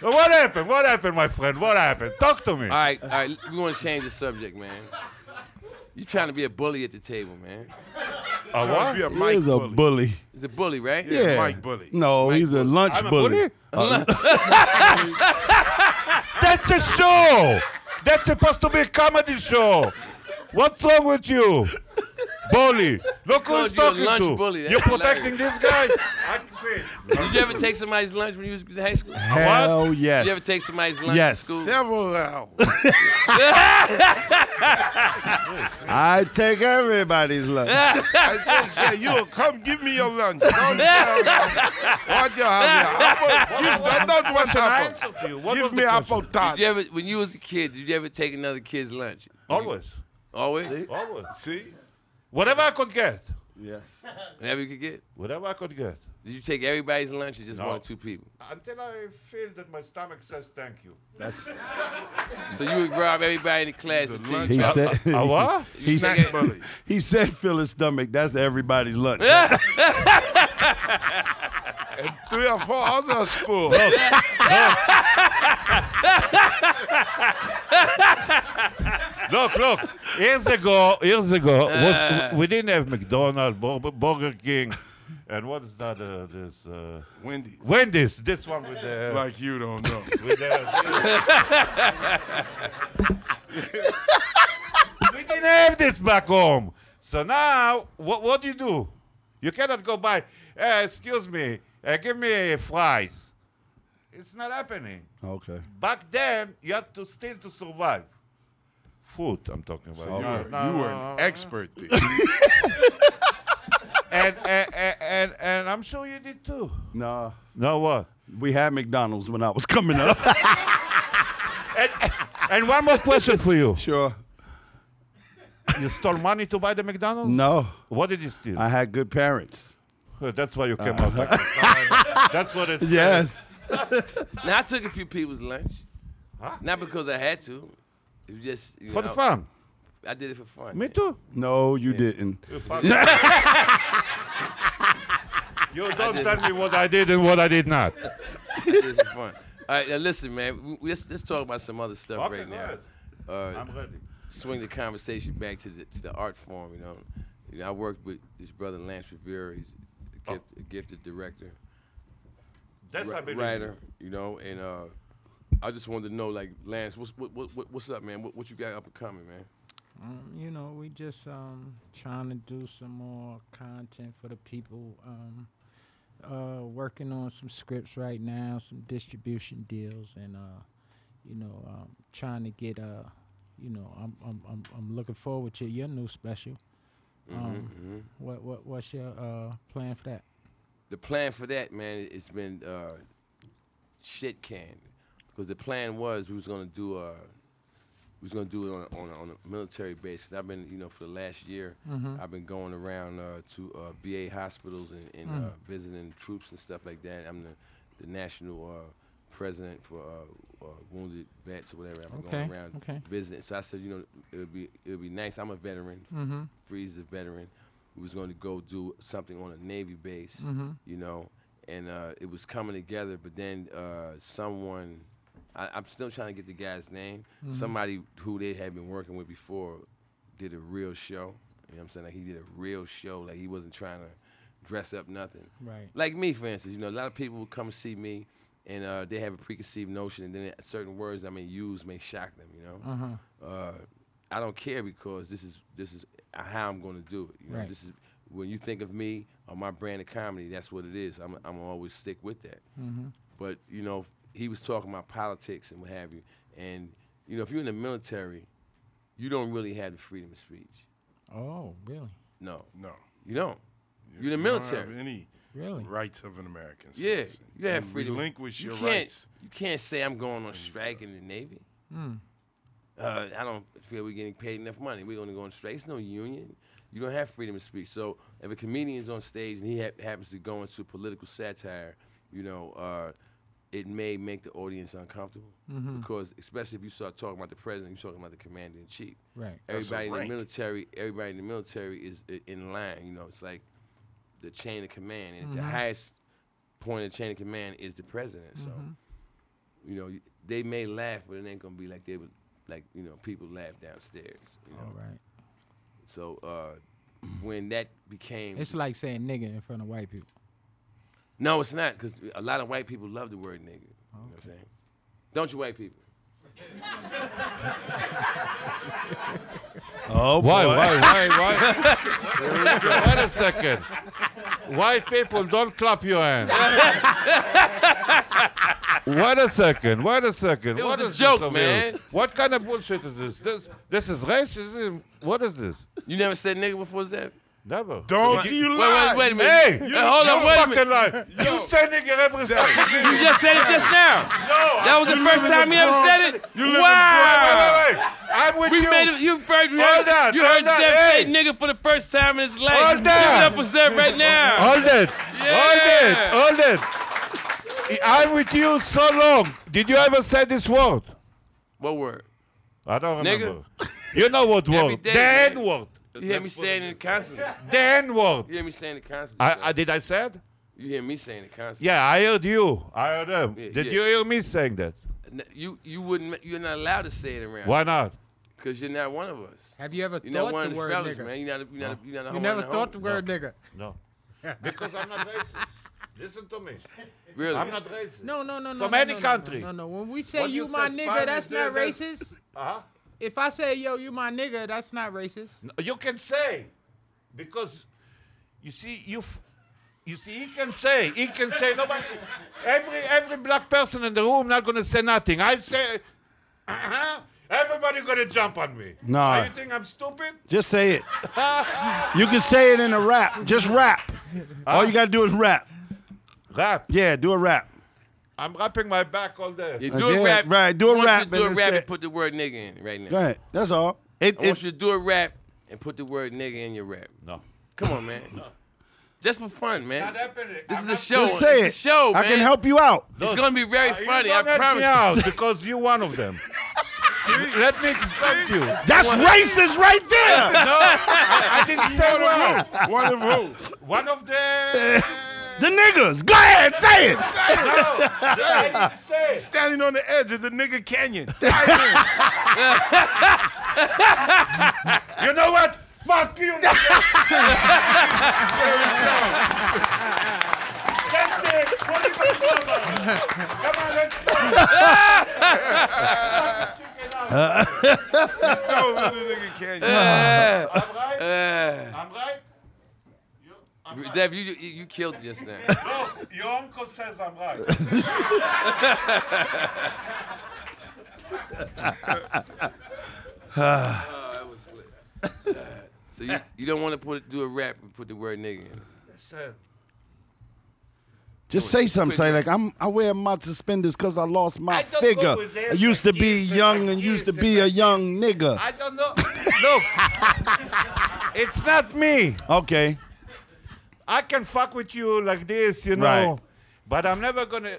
[SPEAKER 8] What happened? What happened, my friend? What happened? Talk to me.
[SPEAKER 3] All right, all right. We want to change the subject, man. You trying to be a bully at the table, man?
[SPEAKER 8] A
[SPEAKER 7] Trying to
[SPEAKER 8] what?
[SPEAKER 7] be a
[SPEAKER 4] He
[SPEAKER 7] Mike
[SPEAKER 4] is a
[SPEAKER 7] bully.
[SPEAKER 4] bully.
[SPEAKER 3] It's a bully, right?
[SPEAKER 4] Yeah.
[SPEAKER 7] Mike bully.
[SPEAKER 4] No, he's a lunch
[SPEAKER 8] I'm a
[SPEAKER 4] bully.
[SPEAKER 8] bully? That's a show. That's supposed to be a comedy show. What's wrong with you? Bully. Look
[SPEAKER 3] Called
[SPEAKER 8] who's
[SPEAKER 3] you a
[SPEAKER 8] talking
[SPEAKER 3] lunch
[SPEAKER 8] to.
[SPEAKER 3] bully. That's
[SPEAKER 8] You're protecting these guys? I quit.
[SPEAKER 3] Did you ever take somebody's lunch when you was in high school? Did
[SPEAKER 4] Hell yes.
[SPEAKER 3] you ever take somebody's lunch
[SPEAKER 4] Yes.
[SPEAKER 3] in school?
[SPEAKER 7] Several hours.
[SPEAKER 4] I take everybody's lunch.
[SPEAKER 7] I think say, you come give me your lunch. Don't tell me what you have here. Apple, give me not one apple.
[SPEAKER 8] answer to you. What
[SPEAKER 7] give
[SPEAKER 8] was
[SPEAKER 7] me
[SPEAKER 8] the
[SPEAKER 7] apple
[SPEAKER 8] question?
[SPEAKER 7] tart.
[SPEAKER 3] Did you ever, when you was a kid, did you ever take another kid's lunch?
[SPEAKER 8] Always.
[SPEAKER 3] Always.
[SPEAKER 8] Always.
[SPEAKER 7] See?
[SPEAKER 8] Whatever I could get.
[SPEAKER 4] yes.
[SPEAKER 3] Whenever you could get.
[SPEAKER 8] Whatever I could get.
[SPEAKER 3] Did you take everybody's lunch or just
[SPEAKER 8] No.
[SPEAKER 3] one or two people?
[SPEAKER 8] Until I feel that my stomach says thank you.
[SPEAKER 3] So you would rob everybody in the class and take
[SPEAKER 4] He said.
[SPEAKER 8] A what?
[SPEAKER 4] He
[SPEAKER 7] Snack
[SPEAKER 4] said,
[SPEAKER 7] bully.
[SPEAKER 4] he said, fill his stomach. That's everybody's lunch.
[SPEAKER 7] Three or four other schools.
[SPEAKER 8] Look, look. Years ago, years ago, was, we didn't have McDonald's, Bur- Burger King, and what is that? Uh, this uh,
[SPEAKER 7] Wendy.
[SPEAKER 8] Wendy's. This one with the uh,
[SPEAKER 7] Like you don't know.
[SPEAKER 8] with the. we didn't have this back home. So now, what what do you do? You cannot go buy. Uh, excuse me. Uh, give me fries. It's not happening.
[SPEAKER 4] Okay.
[SPEAKER 8] Back then, you had to still to survive. Food, I'm talking about.
[SPEAKER 7] You
[SPEAKER 8] No,
[SPEAKER 7] were,
[SPEAKER 8] no,
[SPEAKER 7] you were
[SPEAKER 8] no,
[SPEAKER 7] an
[SPEAKER 8] no.
[SPEAKER 7] expert. There.
[SPEAKER 8] and, and, and, and, and I'm sure you did too.
[SPEAKER 4] No,
[SPEAKER 8] No, what?
[SPEAKER 4] we had McDonald's when I was coming up.
[SPEAKER 8] And one more question for you.
[SPEAKER 4] sure.
[SPEAKER 8] You stole money to buy the McDonald's?
[SPEAKER 4] No,
[SPEAKER 8] What did you steal?
[SPEAKER 4] I had good parents.
[SPEAKER 8] That's why you came out. like this. That's what it says.
[SPEAKER 4] Yes.
[SPEAKER 3] Now I took a few people's lunch,
[SPEAKER 8] Huh?
[SPEAKER 3] not because I had to. It was just you
[SPEAKER 8] For the
[SPEAKER 3] know,
[SPEAKER 8] fun.
[SPEAKER 3] I did it for fun.
[SPEAKER 8] Me
[SPEAKER 3] man.
[SPEAKER 8] too.
[SPEAKER 4] No, you didn't.
[SPEAKER 8] You don't tell me what I did and what I did not.
[SPEAKER 3] This is fun. All right, now listen, man. We, we, let's, let's talk about some other stuff
[SPEAKER 8] Okay,
[SPEAKER 3] right
[SPEAKER 8] go
[SPEAKER 3] now.
[SPEAKER 8] ahead.
[SPEAKER 3] Uh,
[SPEAKER 8] I'm ready.
[SPEAKER 3] swing the conversation back to the, to the art form. You know, You know, I worked with his brother Lance Rivera. He's a, gift, a gifted director,
[SPEAKER 8] Oh. That's
[SPEAKER 3] ri- writer. You know, and uh, I just wanted to know, like, Lance, what's what, what, what- what's up, man? What, what you got up and coming, man?
[SPEAKER 5] Um, you know, we just um, trying to do some more content for the people. Um, uh, working on some scripts right now, some distribution deals, and uh, you know, um, trying to get. Uh, you know, I'm I'm I'm, I'm looking forward to your new special.
[SPEAKER 3] Mm-hmm,
[SPEAKER 5] Um, What what what's your uh, plan for that?
[SPEAKER 3] The plan for that, man, it's been uh, shit canned because the plan was we was gonna do uh, we was gonna do it on a, on a, on a military basis. I've been, you know, for the last year,
[SPEAKER 5] Mm-hmm.
[SPEAKER 3] I've been going around uh, to uh, VA hospitals and, and
[SPEAKER 5] Mm.
[SPEAKER 3] uh, visiting troops and stuff like that. I'm the, the national uh, president for uh, uh, wounded vets or whatever. I've been
[SPEAKER 5] Okay,
[SPEAKER 3] going around
[SPEAKER 5] okay.
[SPEAKER 3] visiting. So I said, you know, it would be it would be nice. I'm a veteran. Freeze a veteran. We was going to go do something on a Navy base, you know, and uh, it was coming together. But then uh, someone, I, I'm still trying to get the guy's name. Somebody who they had been working with before did a real show. You know what I'm saying? Like he did a real show. Like he wasn't trying to dress up nothing.
[SPEAKER 5] Right.
[SPEAKER 3] Like me, for instance, you know, a lot of people will come see me and uh, they have a preconceived notion, and then certain words I may use may shock them, you know? uh I don't care because this is this is how I'm going to do it. You know,
[SPEAKER 5] Right.
[SPEAKER 3] this is when you think of me or my brand of comedy, that's what it is. I'm I'm always stick with that. But you know, he was talking about politics and what have you, and you know, if you're in the military, you don't really have the freedom of speech.
[SPEAKER 5] Oh, really?
[SPEAKER 3] No,
[SPEAKER 7] No.
[SPEAKER 3] you don't. You're in the
[SPEAKER 7] You don't have
[SPEAKER 3] military.
[SPEAKER 7] any
[SPEAKER 5] Really?
[SPEAKER 7] rights of an American
[SPEAKER 3] Yeah,
[SPEAKER 7] citizen.
[SPEAKER 3] you have
[SPEAKER 7] You
[SPEAKER 3] freedom.
[SPEAKER 7] Relinquish
[SPEAKER 3] you
[SPEAKER 7] your
[SPEAKER 3] can't,
[SPEAKER 7] rights.
[SPEAKER 3] You can't say I'm going on strike in the Navy. Uh, I don't feel we're getting paid enough money. We're going to go on strike. It's no union. You don't have freedom of speech. So if a comedian's on stage and he hap happens to go into political satire, you know, uh, it may make the audience uncomfortable because, especially if you start talking about the president, you're talking about the commander in chief.
[SPEAKER 5] Right.
[SPEAKER 7] That's a
[SPEAKER 3] Everybody in the
[SPEAKER 7] rank.
[SPEAKER 3] military, everybody in the military is i- in line. You know, it's like the chain of command, and at the highest point of chain of command is the president. So,
[SPEAKER 5] Mm-hmm.
[SPEAKER 3] you know, y- they may laugh, but it ain't gonna be like they would, like you know, people laugh downstairs. You know,
[SPEAKER 5] All right.
[SPEAKER 3] so uh, when that became,
[SPEAKER 5] It's like saying nigga in front of white people.
[SPEAKER 3] no, it's not, because a lot of white people love the word nigga. You know what I'm saying? Don't you, white people?
[SPEAKER 4] Oh,
[SPEAKER 8] Why,
[SPEAKER 4] boy.
[SPEAKER 8] why, why, why? Wait a second. White people, don't clap your hands. Wait a second. Wait a second.
[SPEAKER 3] It was
[SPEAKER 8] What
[SPEAKER 3] a
[SPEAKER 8] is this
[SPEAKER 3] joke,
[SPEAKER 8] of you?
[SPEAKER 3] man.
[SPEAKER 8] What kind of bullshit is this? This this is racism. What is this?
[SPEAKER 3] You never said nigga before, Zach?
[SPEAKER 8] Never.
[SPEAKER 7] Don't you
[SPEAKER 3] Wait,
[SPEAKER 7] lie.
[SPEAKER 3] wait, wait a minute.
[SPEAKER 8] Hey,
[SPEAKER 3] Hey, hold on, wait a minute.
[SPEAKER 8] fucking lie. You said nigga represent.
[SPEAKER 3] You just said it just now. that was the first time you ever said it.
[SPEAKER 7] You live in
[SPEAKER 3] wow.
[SPEAKER 8] Wait, wait, wait. I'm with
[SPEAKER 3] We
[SPEAKER 8] you.
[SPEAKER 3] made it, you heard, you
[SPEAKER 8] Hold
[SPEAKER 3] heard,
[SPEAKER 8] on,
[SPEAKER 3] you heard
[SPEAKER 8] hold on,
[SPEAKER 3] Jeff
[SPEAKER 8] hey.
[SPEAKER 3] say nigga for the first time in his life.
[SPEAKER 8] Hold
[SPEAKER 3] Give it
[SPEAKER 8] on.
[SPEAKER 3] up for Jeff right now.
[SPEAKER 8] Hold it.
[SPEAKER 3] Yeah.
[SPEAKER 8] Hold it. Hold it. I'm with you so long. Did you ever say this word?
[SPEAKER 3] What word?
[SPEAKER 8] I don't
[SPEAKER 3] Nigga.
[SPEAKER 8] remember. You know what
[SPEAKER 3] Every
[SPEAKER 8] word?
[SPEAKER 3] day,
[SPEAKER 8] the
[SPEAKER 3] man.
[SPEAKER 8] N word.
[SPEAKER 3] You hear me saying it constantly.
[SPEAKER 8] The N word.
[SPEAKER 3] You hear me saying it constantly.
[SPEAKER 8] I, I did I said?
[SPEAKER 3] you hear me saying it constantly.
[SPEAKER 8] Yeah, I heard you. I heard them.
[SPEAKER 3] Yeah,
[SPEAKER 8] did
[SPEAKER 3] yeah.
[SPEAKER 8] you hear me saying that?
[SPEAKER 3] N- You you wouldn't you're not allowed to say it around.
[SPEAKER 8] Why not?
[SPEAKER 3] Because you're not one of us.
[SPEAKER 5] Have you ever
[SPEAKER 3] You're
[SPEAKER 5] thought
[SPEAKER 3] not one
[SPEAKER 5] the
[SPEAKER 3] of the
[SPEAKER 5] word
[SPEAKER 3] fellas,
[SPEAKER 5] nigga?
[SPEAKER 3] man. You're not a, you're not a, you're not a
[SPEAKER 5] You
[SPEAKER 3] homie,
[SPEAKER 5] never
[SPEAKER 3] not a
[SPEAKER 5] thought the
[SPEAKER 3] homie.
[SPEAKER 5] word nigga.
[SPEAKER 8] No. because I'm not racist. Listen to me.
[SPEAKER 3] Really?
[SPEAKER 8] I'm not racist.
[SPEAKER 5] No, no, no, no.
[SPEAKER 8] From
[SPEAKER 5] no,
[SPEAKER 8] any
[SPEAKER 5] no, no,
[SPEAKER 8] country.
[SPEAKER 5] No, no, no. When we say
[SPEAKER 8] When
[SPEAKER 5] you,
[SPEAKER 8] you
[SPEAKER 5] my
[SPEAKER 8] says
[SPEAKER 5] nigga,
[SPEAKER 8] Spanish,
[SPEAKER 5] that's not
[SPEAKER 8] they- they-
[SPEAKER 5] racist.
[SPEAKER 8] Uh-huh.
[SPEAKER 5] If I say yo, you my nigga, that's not racist.
[SPEAKER 8] You can say, because you see, you, f- you see, he can say, he can say. Nobody, every every black person in the room not gonna say nothing. I say, uh-huh, everybody gonna jump on me.
[SPEAKER 4] Nah.
[SPEAKER 8] you think I'm stupid?
[SPEAKER 4] Just say it. you can say it in a rap. Just rap. All you got to do is rap.
[SPEAKER 8] Rap.
[SPEAKER 4] Yeah, do a rap.
[SPEAKER 8] I'm rapping my back all day.
[SPEAKER 3] You do a
[SPEAKER 4] Yeah,
[SPEAKER 3] rap.
[SPEAKER 4] right, do a
[SPEAKER 3] I want you
[SPEAKER 4] rap
[SPEAKER 3] to Do
[SPEAKER 4] and
[SPEAKER 3] a
[SPEAKER 4] then
[SPEAKER 3] rap
[SPEAKER 4] say-
[SPEAKER 3] and put the word nigga in right now.
[SPEAKER 4] Go ahead. That's all. It,
[SPEAKER 3] I want
[SPEAKER 4] it,
[SPEAKER 3] you to do a rap and put the word nigga in your rap.
[SPEAKER 8] No.
[SPEAKER 3] Come on, man. Just for fun, man.
[SPEAKER 8] Not happening.
[SPEAKER 3] This is
[SPEAKER 8] I'm
[SPEAKER 3] a
[SPEAKER 8] not-
[SPEAKER 3] show.
[SPEAKER 4] just say it.
[SPEAKER 3] It's a show,
[SPEAKER 4] I
[SPEAKER 3] man.
[SPEAKER 4] can help you out.
[SPEAKER 3] It's gonna be very
[SPEAKER 8] Uh, you
[SPEAKER 3] funny. I
[SPEAKER 8] don't help me
[SPEAKER 3] promise.
[SPEAKER 8] out because you're one of them. Let me accept you. No,
[SPEAKER 4] That's racist right there.
[SPEAKER 8] I, I didn't say one.
[SPEAKER 7] One of who?
[SPEAKER 8] One of the
[SPEAKER 4] The niggas. Go ahead, say it.
[SPEAKER 7] Standing on the edge of the nigga canyon.
[SPEAKER 8] You know what?
[SPEAKER 6] Fuck you, nigga. That's it. What do you mean, brother? Come on, let's go. Check it out.
[SPEAKER 7] Over the nigga canyon.
[SPEAKER 6] I'm right.
[SPEAKER 3] Uh,
[SPEAKER 6] I'm right. You, I'm right.
[SPEAKER 3] Dev, you, you you killed just now.
[SPEAKER 6] No, your uncle says I'm right.
[SPEAKER 3] So you, you don't want to put do a rap and put the word nigga in. it.
[SPEAKER 4] Just say something. Say like I'm. I wear my suspenders because I lost my
[SPEAKER 6] I don't go
[SPEAKER 4] figure.
[SPEAKER 6] with that.
[SPEAKER 4] I used to be
[SPEAKER 6] Yes,
[SPEAKER 4] young
[SPEAKER 6] yes,
[SPEAKER 4] and used to
[SPEAKER 6] yes,
[SPEAKER 4] be a young nigga.
[SPEAKER 6] I don't know.
[SPEAKER 8] Look, it's not me.
[SPEAKER 4] Okay.
[SPEAKER 8] I can fuck with you like this, you know,
[SPEAKER 4] Right.
[SPEAKER 8] but I'm never gonna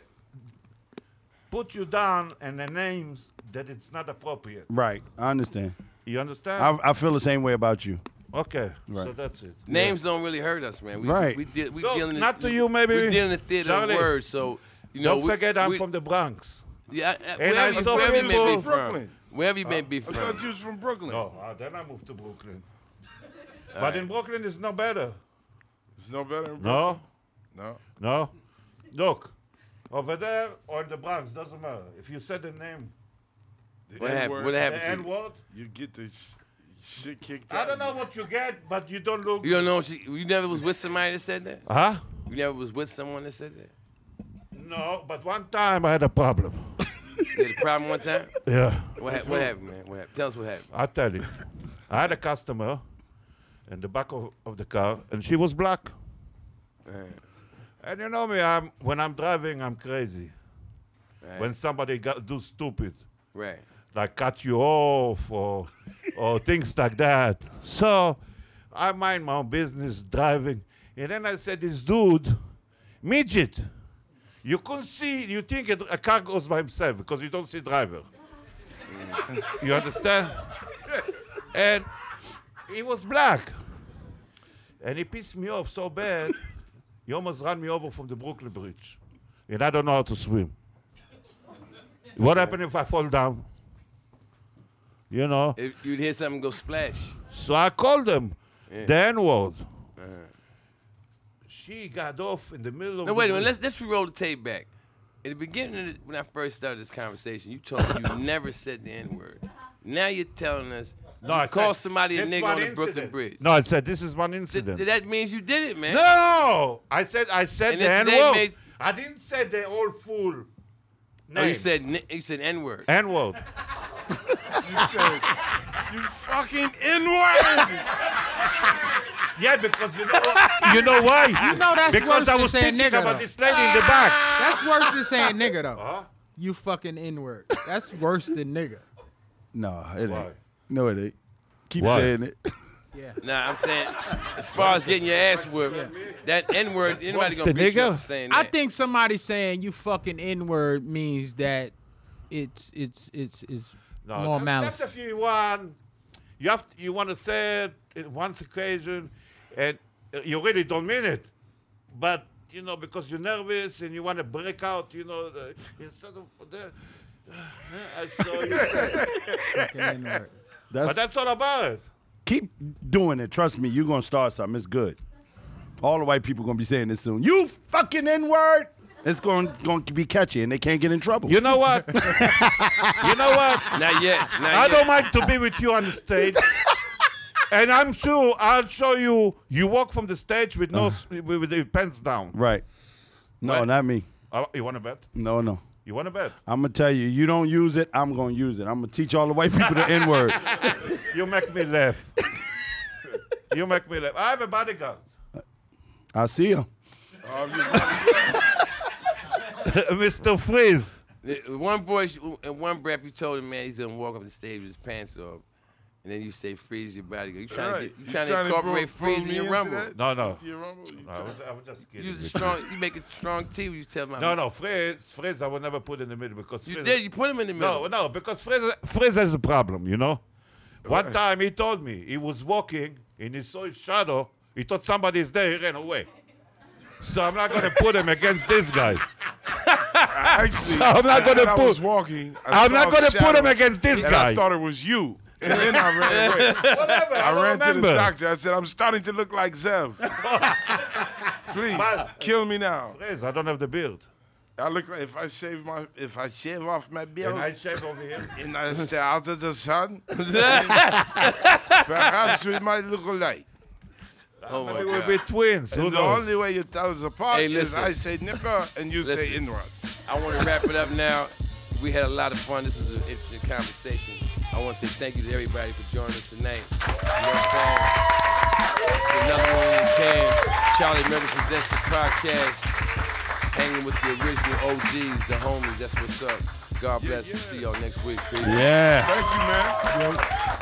[SPEAKER 8] put you down and the names that it's not appropriate.
[SPEAKER 4] Right. I understand.
[SPEAKER 8] You understand?
[SPEAKER 4] I, I feel the same way about you.
[SPEAKER 8] okay, so
[SPEAKER 4] Right.
[SPEAKER 8] that's it.
[SPEAKER 3] Names don't really hurt us, man. We,
[SPEAKER 4] Right.
[SPEAKER 3] We, we, de- we
[SPEAKER 8] No,
[SPEAKER 3] dealing
[SPEAKER 8] not to you, maybe.
[SPEAKER 3] We're dealing in theater of
[SPEAKER 8] Charlie.
[SPEAKER 3] words, so you know.
[SPEAKER 8] Don't
[SPEAKER 3] we-
[SPEAKER 8] forget, I'm
[SPEAKER 3] we-
[SPEAKER 8] from the Bronx.
[SPEAKER 3] Yeah, I- I-
[SPEAKER 8] And I
[SPEAKER 3] wherever, you-
[SPEAKER 8] saw
[SPEAKER 3] wherever you may
[SPEAKER 8] people-
[SPEAKER 3] be
[SPEAKER 7] Brooklyn.
[SPEAKER 3] from. Wherever you may be
[SPEAKER 7] I
[SPEAKER 3] from.
[SPEAKER 7] thought you was from Brooklyn.
[SPEAKER 8] No, uh, then I moved to Brooklyn. but in Brooklyn, it's no better.
[SPEAKER 7] It's no better than Brooklyn.
[SPEAKER 8] No,
[SPEAKER 7] No.
[SPEAKER 8] no. Look, over there or in the Bronx doesn't matter. If you said the name,
[SPEAKER 7] The
[SPEAKER 3] What happened?
[SPEAKER 7] N-word,
[SPEAKER 3] What
[SPEAKER 8] the
[SPEAKER 3] happened to
[SPEAKER 8] N
[SPEAKER 3] you?
[SPEAKER 8] word.
[SPEAKER 7] You get the sh- shit kicked out.
[SPEAKER 8] I don't know what you get, but you don't look.
[SPEAKER 3] You don't know. She, you never was with somebody that said that.
[SPEAKER 8] Huh?
[SPEAKER 3] You never was with someone that said that.
[SPEAKER 8] No, but one time I had a problem.
[SPEAKER 3] You had a problem one time.
[SPEAKER 8] Yeah.
[SPEAKER 3] What, hap what happened, man? What happened? Tell us what happened.
[SPEAKER 8] I tell you, I had a customer in the back of, of the car, and she was black. And you know me, I'm when I'm driving, I'm crazy.
[SPEAKER 3] Right.
[SPEAKER 8] When somebody got, do stupid,
[SPEAKER 3] right.
[SPEAKER 8] like cut you off or or things like that. So I mind my own business driving, and then I said, "This dude, midget, you couldn't see. You think a, a car goes by himself because you don't see driver. you understand?" and he was black, and he pissed me off so bad, he almost ran me over from the Brooklyn Bridge, and I don't know how to swim. What happened if I fall down? You know.
[SPEAKER 3] If you'd hear something go splash.
[SPEAKER 8] So I called them. The N word. She got off in the middle
[SPEAKER 3] No,
[SPEAKER 8] of. the
[SPEAKER 3] wait a minute.
[SPEAKER 8] road.
[SPEAKER 3] Let's let's roll the tape back. At the beginning, of the, when I first started this conversation, you told me you never said the N word. Now you're telling us
[SPEAKER 8] No, I
[SPEAKER 3] you called
[SPEAKER 8] said,
[SPEAKER 3] somebody a
[SPEAKER 8] "That's
[SPEAKER 3] nigga
[SPEAKER 8] one
[SPEAKER 3] on the Brooklyn
[SPEAKER 8] incident."
[SPEAKER 3] Bridge.
[SPEAKER 8] No, I said this is one
[SPEAKER 3] Th-
[SPEAKER 8] incident.
[SPEAKER 3] th- that means you did it, man.
[SPEAKER 8] no, I said I said
[SPEAKER 3] And
[SPEAKER 8] the
[SPEAKER 3] then
[SPEAKER 8] N
[SPEAKER 3] today
[SPEAKER 8] word.
[SPEAKER 3] made-
[SPEAKER 8] I didn't say the whole full name.
[SPEAKER 3] Oh, you said ni- you said N word.
[SPEAKER 8] N word.
[SPEAKER 7] You said, you fucking N-word.
[SPEAKER 8] yeah, because you know you know why? You
[SPEAKER 5] know that's
[SPEAKER 8] because
[SPEAKER 5] worse
[SPEAKER 8] I
[SPEAKER 5] than
[SPEAKER 8] was
[SPEAKER 5] saying
[SPEAKER 8] thinking
[SPEAKER 5] nigga,
[SPEAKER 8] about
[SPEAKER 5] though.
[SPEAKER 8] this Uh-huh. lady in the back.
[SPEAKER 5] That's worse than saying nigga though. You fucking N word. That's worse than nigga.
[SPEAKER 4] No, it ain't. No, it ain't. Keep
[SPEAKER 8] Why?
[SPEAKER 4] saying it.
[SPEAKER 3] Nah, I'm saying as far as getting your ass whipped, that N word, anybody gonna
[SPEAKER 8] the
[SPEAKER 3] beat you
[SPEAKER 8] nigga?
[SPEAKER 3] up for saying
[SPEAKER 5] I
[SPEAKER 3] that.
[SPEAKER 5] think somebody saying you fucking N word means that it's it's it's it's
[SPEAKER 8] No,
[SPEAKER 5] more
[SPEAKER 8] that-
[SPEAKER 5] malice.
[SPEAKER 8] That's if you want. You have to, you want to say it in once occasion, and uh, you really don't mean it, but you know because you're nervous and you want to break out. You know, the, instead of the, I saw you.
[SPEAKER 5] fucking N-word.
[SPEAKER 4] That's,
[SPEAKER 8] but that's all about it.
[SPEAKER 4] keep doing it. Trust me, you're gonna start something. It's good. All the white people gonna be saying this soon. You fucking N word. It's going going to be catchy, and they can't get in trouble.
[SPEAKER 8] You know what? you know what?
[SPEAKER 3] not yet. Not
[SPEAKER 8] I
[SPEAKER 3] yet.
[SPEAKER 8] don't mind to be with you on the stage. And I'm sure I'll show you. You walk from the stage with no s with, with your pants down.
[SPEAKER 4] right? No,
[SPEAKER 3] What?
[SPEAKER 4] not me.
[SPEAKER 8] Uh, you want to bet?
[SPEAKER 4] No, no.
[SPEAKER 8] You want to bet?
[SPEAKER 4] I'm gonna tell you. You don't use it. I'm gonna use it. I'm gonna teach all the white people the N word.
[SPEAKER 8] You make me laugh. you make me laugh. I have a bodyguard.
[SPEAKER 4] I see him.
[SPEAKER 8] Mr. Freeze.
[SPEAKER 3] Uh, One voice and one breath, you told him, man, he's gonna walk up the stage with his pants off, and then you say, "Freeze your body." You trying
[SPEAKER 7] Right.
[SPEAKER 3] to get, you trying, to incorporate
[SPEAKER 7] pull- pull
[SPEAKER 3] freeze in
[SPEAKER 7] me
[SPEAKER 3] your
[SPEAKER 7] into
[SPEAKER 3] rumble?
[SPEAKER 7] that?
[SPEAKER 8] No, no.
[SPEAKER 7] Into your rumble? You
[SPEAKER 8] I
[SPEAKER 7] trying-
[SPEAKER 8] was, I was just kidding.
[SPEAKER 3] You was a
[SPEAKER 8] with
[SPEAKER 3] strong. You make a strong tea when you tell my.
[SPEAKER 8] you. No, no, Freeze. Freeze, I will never put in the middle because
[SPEAKER 3] You
[SPEAKER 8] Freeze-
[SPEAKER 3] did. You put him in the middle.
[SPEAKER 8] No, no, because Fraser, Fraser has a problem, you know. One time he told me he was walking and he saw his shadow. He thought somebody is there. He ran away. So I'm not gonna put him against this guy.
[SPEAKER 7] Actually,
[SPEAKER 8] I'm not
[SPEAKER 7] I said
[SPEAKER 8] gonna
[SPEAKER 7] I
[SPEAKER 8] put-
[SPEAKER 7] was walking. I
[SPEAKER 8] I'm not
[SPEAKER 7] saw a
[SPEAKER 8] gonna put him
[SPEAKER 7] shadow,
[SPEAKER 8] against this
[SPEAKER 7] and
[SPEAKER 8] guy.
[SPEAKER 7] I thought it was you. And then I ran away. I, ran to the
[SPEAKER 8] remember.
[SPEAKER 7] doctor. I said, I'm starting to look like Zev. Please, kill me now.
[SPEAKER 8] Yes, I don't have the beard.
[SPEAKER 7] I look like if I shave my if I shave off my beard
[SPEAKER 8] And I shave over here.
[SPEAKER 7] and I stay out of the sun, perhaps we might look alike.
[SPEAKER 3] Oh my
[SPEAKER 8] We will
[SPEAKER 3] God.
[SPEAKER 8] be twins. Who
[SPEAKER 7] And the
[SPEAKER 8] knows?
[SPEAKER 7] only way you tell us apart
[SPEAKER 3] Hey,
[SPEAKER 7] is
[SPEAKER 3] listen.
[SPEAKER 7] I say nipper and you say
[SPEAKER 3] Listen.
[SPEAKER 7] inward.
[SPEAKER 3] I want to wrap it up now. We had a lot of fun. This was an interesting conversation. I want to say thank you to everybody for joining us tonight. You know what I'm saying? It's another one in the can. Charlie Murray presents the podcast. Hanging with the original OGs, the homies. That's what's up. God bless you. See y'all next week. Peace.
[SPEAKER 8] Yeah.
[SPEAKER 7] Thank you, man.